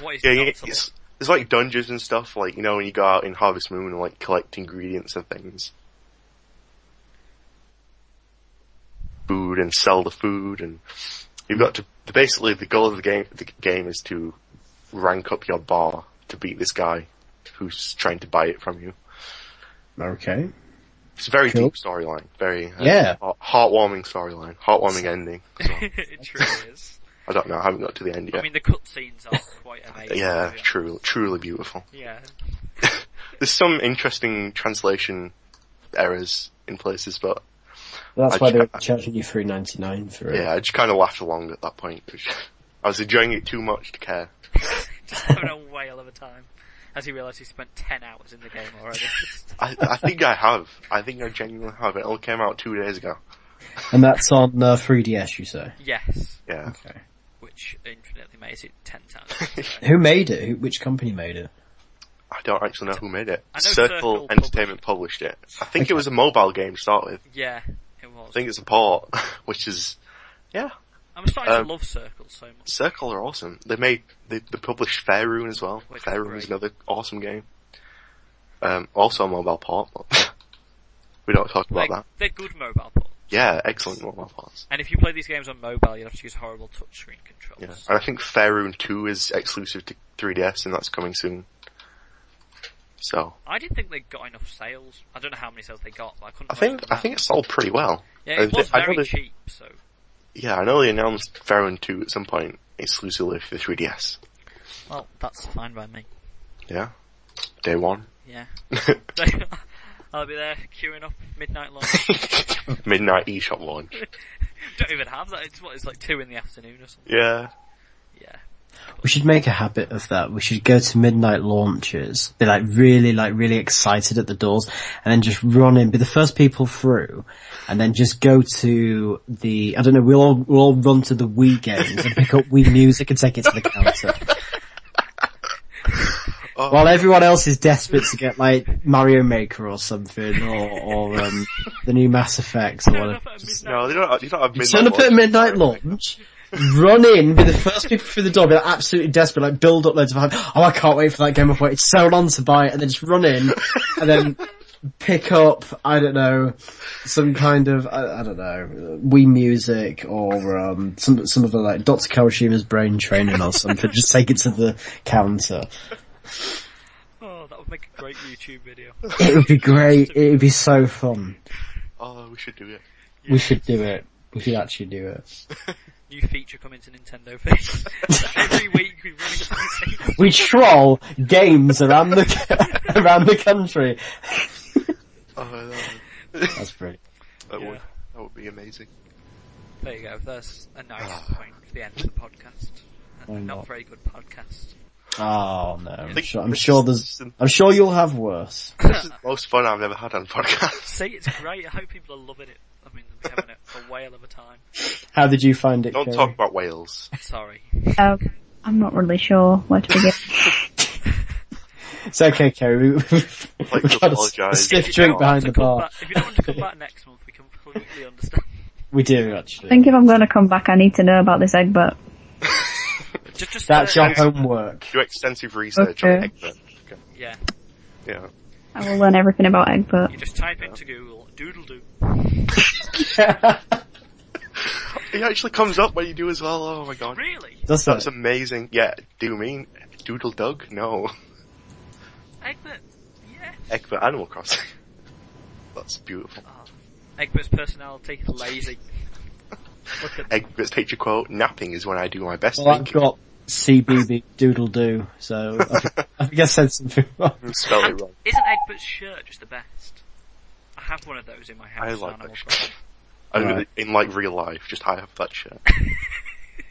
[SPEAKER 2] What is
[SPEAKER 3] Yeah,
[SPEAKER 2] yeah,
[SPEAKER 3] you- it's, it's like dungeons and stuff, like, you know, when you go out in Harvest Moon and like collect ingredients and things. Food and sell the food and you've got to, basically the goal of the game, the game is to rank up your bar to beat this guy who's trying to buy it from you.
[SPEAKER 4] okay.
[SPEAKER 3] It's a very
[SPEAKER 4] Cool.
[SPEAKER 3] deep storyline, very uh,
[SPEAKER 4] Yeah.
[SPEAKER 3] heart- heartwarming storyline, heartwarming ending. So,
[SPEAKER 2] it truly is.
[SPEAKER 3] I don't know, I haven't got to the end
[SPEAKER 2] I
[SPEAKER 3] yet.
[SPEAKER 2] mean, the cutscenes are quite amazing.
[SPEAKER 3] Yeah,
[SPEAKER 2] yeah.
[SPEAKER 3] truly, truly beautiful.
[SPEAKER 2] Yeah.
[SPEAKER 3] There's some interesting translation errors in places, but
[SPEAKER 4] That's
[SPEAKER 3] I
[SPEAKER 4] why they were
[SPEAKER 3] ju-
[SPEAKER 4] charging you three ninety nine for it.
[SPEAKER 3] yeah, I just kind of laughed along at that point. 'cause I was enjoying it too much to care.
[SPEAKER 2] Just having a whale of a time. As he realised he spent ten hours in the game already.
[SPEAKER 3] I, I think I have. I think I genuinely have. It all came out two days ago.
[SPEAKER 4] And that's on uh, 3DS, you say?
[SPEAKER 2] yes.
[SPEAKER 3] Yeah.
[SPEAKER 4] Okay.
[SPEAKER 2] Which infinitely makes it ten times better.
[SPEAKER 4] Who made it? Who, which company made it?
[SPEAKER 3] I don't actually know who made it.
[SPEAKER 2] I know
[SPEAKER 3] Circle,
[SPEAKER 2] Circle
[SPEAKER 3] Entertainment published it. I think it was a mobile game to start with.
[SPEAKER 2] Yeah, it was.
[SPEAKER 3] I think it's a port, which is, yeah.
[SPEAKER 2] I'm starting
[SPEAKER 3] um,
[SPEAKER 2] to love circles so much. Circle.
[SPEAKER 3] Circle are awesome. They made, they, they published Faerun as well.
[SPEAKER 2] Which is
[SPEAKER 3] Faerun
[SPEAKER 2] great.
[SPEAKER 3] is another awesome game. Um, also a mobile port, but we don't talk about that.
[SPEAKER 2] they're good mobile ports.
[SPEAKER 3] Yeah, excellent mobile ports.
[SPEAKER 2] And if you play these games on mobile, you'll have to use horrible touchscreen
[SPEAKER 3] Yeah,
[SPEAKER 2] controls.
[SPEAKER 3] and I think Faerun 2 is exclusive to 3DS, and that's coming soon. So
[SPEAKER 2] I didn't think they got enough sales. I don't know how many sales they got, but I couldn't.
[SPEAKER 3] I think I think it sold pretty well.
[SPEAKER 2] yeah, it
[SPEAKER 3] I-
[SPEAKER 2] was
[SPEAKER 3] I know
[SPEAKER 2] very
[SPEAKER 3] they-
[SPEAKER 2] cheap. So
[SPEAKER 3] Yeah, I know they announced Faerun 2 at some point exclusively for 3DS.
[SPEAKER 2] well, that's fine by me.
[SPEAKER 3] Yeah, day one,
[SPEAKER 2] Yeah, So, I'll be there queuing up midnight long.
[SPEAKER 3] midnight eShop launch.
[SPEAKER 2] don't even have that. It's what it's like two in the afternoon or something.
[SPEAKER 3] Yeah,
[SPEAKER 2] Yeah,
[SPEAKER 4] We should make a habit of that. We should go to midnight launches, be like really, like really excited at the doors, and then just run in, be the first people through, and then just go to the, I don't know, we'll all, we'll all run to the Wii games and pick up Wii music and take it to the counter. While everyone else is desperate to get like Mario Maker or something, or, or um, the new Mass Effect or
[SPEAKER 2] Turn
[SPEAKER 3] Uh,
[SPEAKER 4] whatever.
[SPEAKER 2] up at a midnight.
[SPEAKER 3] no, they don't. You don't have midnight.
[SPEAKER 4] Turn up at
[SPEAKER 3] launch.
[SPEAKER 4] midnight launch, run in, be the first people through the door, be like absolutely desperate, like build up loads of hype. Oh, I can't wait for that game. I've waited so long to buy it, and then just run in, and then pick up, I don't know, some kind of, I, I don't know, Wii music, or um, some some of the like Dr. Kawashima's brain training or something. just take it to the counter.
[SPEAKER 2] Oh, that would make a great YouTube video.
[SPEAKER 4] It would be great. It would be so fun.
[SPEAKER 3] Oh, we should do it.
[SPEAKER 4] We should do it. We should actually do it.
[SPEAKER 2] New feature coming to Nintendo Face. Every week we run into the same.
[SPEAKER 4] We troll games around the around the country.
[SPEAKER 3] Oh, that
[SPEAKER 4] That's brilliant.
[SPEAKER 3] would, that,
[SPEAKER 2] Yeah.
[SPEAKER 3] would, that would be amazing.
[SPEAKER 2] There you go. There's a nice point for the end of the podcast.
[SPEAKER 4] Ah. Why
[SPEAKER 2] A not
[SPEAKER 4] not?
[SPEAKER 2] very good podcast.
[SPEAKER 4] Oh no, I'm
[SPEAKER 3] think
[SPEAKER 4] sure, I'm
[SPEAKER 3] this
[SPEAKER 4] sure
[SPEAKER 3] is-
[SPEAKER 4] there's, I'm sure you'll have worse.
[SPEAKER 3] This is the most fun I've ever had on podcast.
[SPEAKER 2] See, it's great. I hope people are loving it. I mean, they're having a, a whale of a time.
[SPEAKER 4] How did you find it?
[SPEAKER 3] Don't
[SPEAKER 4] Kerry?
[SPEAKER 3] talk about Wales.
[SPEAKER 2] Sorry.
[SPEAKER 5] Uh, I'm not really sure where to begin.
[SPEAKER 4] It's okay, Kerry. We- We've,
[SPEAKER 3] Like
[SPEAKER 4] we've
[SPEAKER 3] to
[SPEAKER 4] got a s-
[SPEAKER 3] apologise.
[SPEAKER 4] stiff
[SPEAKER 2] If you
[SPEAKER 4] drink
[SPEAKER 2] don't
[SPEAKER 4] behind
[SPEAKER 2] want to
[SPEAKER 4] the
[SPEAKER 2] come
[SPEAKER 4] bar.
[SPEAKER 2] back- if you don't want to come back next month, we completely understand.
[SPEAKER 4] We do
[SPEAKER 5] I
[SPEAKER 4] actually.
[SPEAKER 5] think if I'm going to come back, I need to know about this egg, but
[SPEAKER 2] Just, just
[SPEAKER 4] That's
[SPEAKER 2] uh,
[SPEAKER 4] your homework.
[SPEAKER 3] Do extensive research on
[SPEAKER 5] Okay.
[SPEAKER 3] Egbert. Okay.
[SPEAKER 2] Yeah,
[SPEAKER 3] Yeah.
[SPEAKER 5] I will learn everything about egg, but
[SPEAKER 2] you just type into Google doodle doo.
[SPEAKER 3] It actually comes up when you do as well. Oh my god.
[SPEAKER 2] Really?
[SPEAKER 4] That's
[SPEAKER 3] That's
[SPEAKER 4] not,
[SPEAKER 3] amazing. Yeah. Do you mean Doodle Dug? No.
[SPEAKER 2] Egbert? Yeah.
[SPEAKER 3] Egbert Animal Crossing. That's beautiful.
[SPEAKER 2] Egbert's personality, lazy. Look at
[SPEAKER 3] Egbert's picture quote, napping is when I do my best
[SPEAKER 4] well, I've
[SPEAKER 3] thinking.
[SPEAKER 4] got CBB doodle do, so I think, I think I said something wrong.
[SPEAKER 3] Spell
[SPEAKER 2] And
[SPEAKER 3] it wrong.
[SPEAKER 2] isn't Egbert's shirt just the best? I have one of those in my house.
[SPEAKER 3] I
[SPEAKER 2] for
[SPEAKER 3] like
[SPEAKER 2] Animal
[SPEAKER 3] that
[SPEAKER 2] Crossing.
[SPEAKER 3] I'm gonna,
[SPEAKER 4] Right.
[SPEAKER 3] in like real life, just I have that shirt.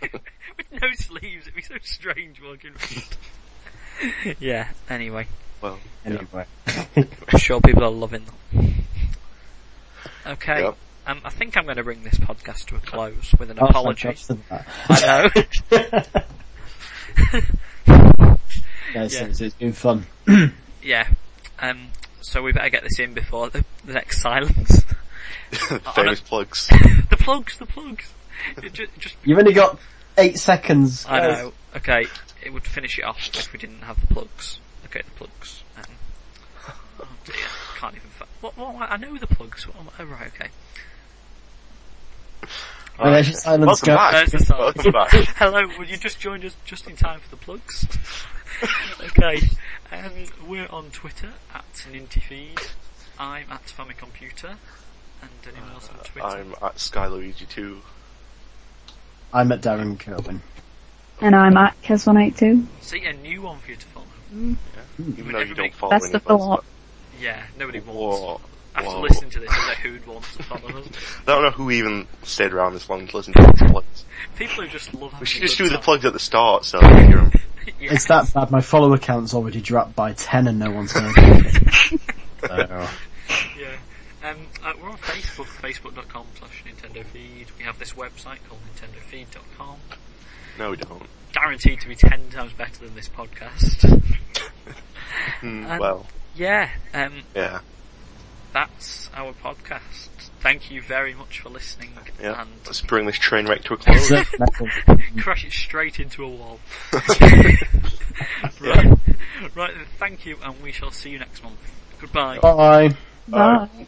[SPEAKER 2] With no sleeves, it'd be so strange walking around. yeah, anyway.
[SPEAKER 3] Well,
[SPEAKER 4] Anyway.
[SPEAKER 2] I'm sure people are loving them. Okay.
[SPEAKER 3] Yep.
[SPEAKER 2] Um, I think I'm going to bring this podcast to a close with an
[SPEAKER 4] Oh,
[SPEAKER 2] apology.
[SPEAKER 4] thank God for that.
[SPEAKER 2] I know.
[SPEAKER 4] Yeah, it's-
[SPEAKER 2] Yeah.
[SPEAKER 4] it's- it's been fun.
[SPEAKER 2] yeah. Um, so we better get this in before the, the next silence.
[SPEAKER 3] famous plugs.
[SPEAKER 2] the plugs, the plugs. It ju- just,
[SPEAKER 4] You've only got eight seconds.
[SPEAKER 2] I know. Okay, it would finish it off if we didn't have the plugs. Okay, the plugs. Um, oh dear, can't even. Fa- what, what? I know the plugs. What, am I- oh, right, okay.
[SPEAKER 4] Right, there's your silence
[SPEAKER 3] Welcome
[SPEAKER 4] go.
[SPEAKER 3] back.
[SPEAKER 2] There's the silence.
[SPEAKER 3] Welcome back.
[SPEAKER 2] Hello, well, you just joined us just in time for the plugs. okay, um, we're on Twitter at Nintyfeed. I'm at Famicomputer. And anyone else on Twitter?
[SPEAKER 3] I'm at SkyLuigi2.
[SPEAKER 4] I'm at Darren Kirwin.
[SPEAKER 5] and I'm at Kes182.
[SPEAKER 2] See, a new one for you to follow.
[SPEAKER 3] Even though you don't follow
[SPEAKER 5] That's the
[SPEAKER 3] anybody.
[SPEAKER 5] thought.
[SPEAKER 2] Yeah, nobody wants.
[SPEAKER 3] Whoa.
[SPEAKER 2] After
[SPEAKER 3] Whoa.
[SPEAKER 2] listening to this, I don't know who'd want to follow us.
[SPEAKER 3] I don't know who even stayed around this long to listen to these plugs.
[SPEAKER 2] People who just love having
[SPEAKER 3] We should
[SPEAKER 2] a
[SPEAKER 3] just
[SPEAKER 2] good
[SPEAKER 3] do the
[SPEAKER 2] time.
[SPEAKER 3] plugs at the start, so you hear 'em.
[SPEAKER 2] Yeah.
[SPEAKER 4] It's that bad. My follow account's already dropped by ten, and no one's going. to so,
[SPEAKER 2] Yeah. Um, uh, we're on Facebook, facebook.com slash Nintendo Feed. We have this website called nintendofeed.com.
[SPEAKER 3] No, we don't.
[SPEAKER 2] Guaranteed to be ten times better than this podcast.
[SPEAKER 3] Hmm,
[SPEAKER 2] Um,
[SPEAKER 3] well,
[SPEAKER 2] Yeah, um,
[SPEAKER 3] yeah.
[SPEAKER 2] that's our podcast. Thank you very much for listening
[SPEAKER 3] Yeah.
[SPEAKER 2] and
[SPEAKER 3] Let's bring this train wreck to a close.
[SPEAKER 4] so, metal.
[SPEAKER 2] crash it straight into a wall. right. right, then, thank you and we shall see you next month. Goodbye.
[SPEAKER 4] Bye.
[SPEAKER 5] Bye.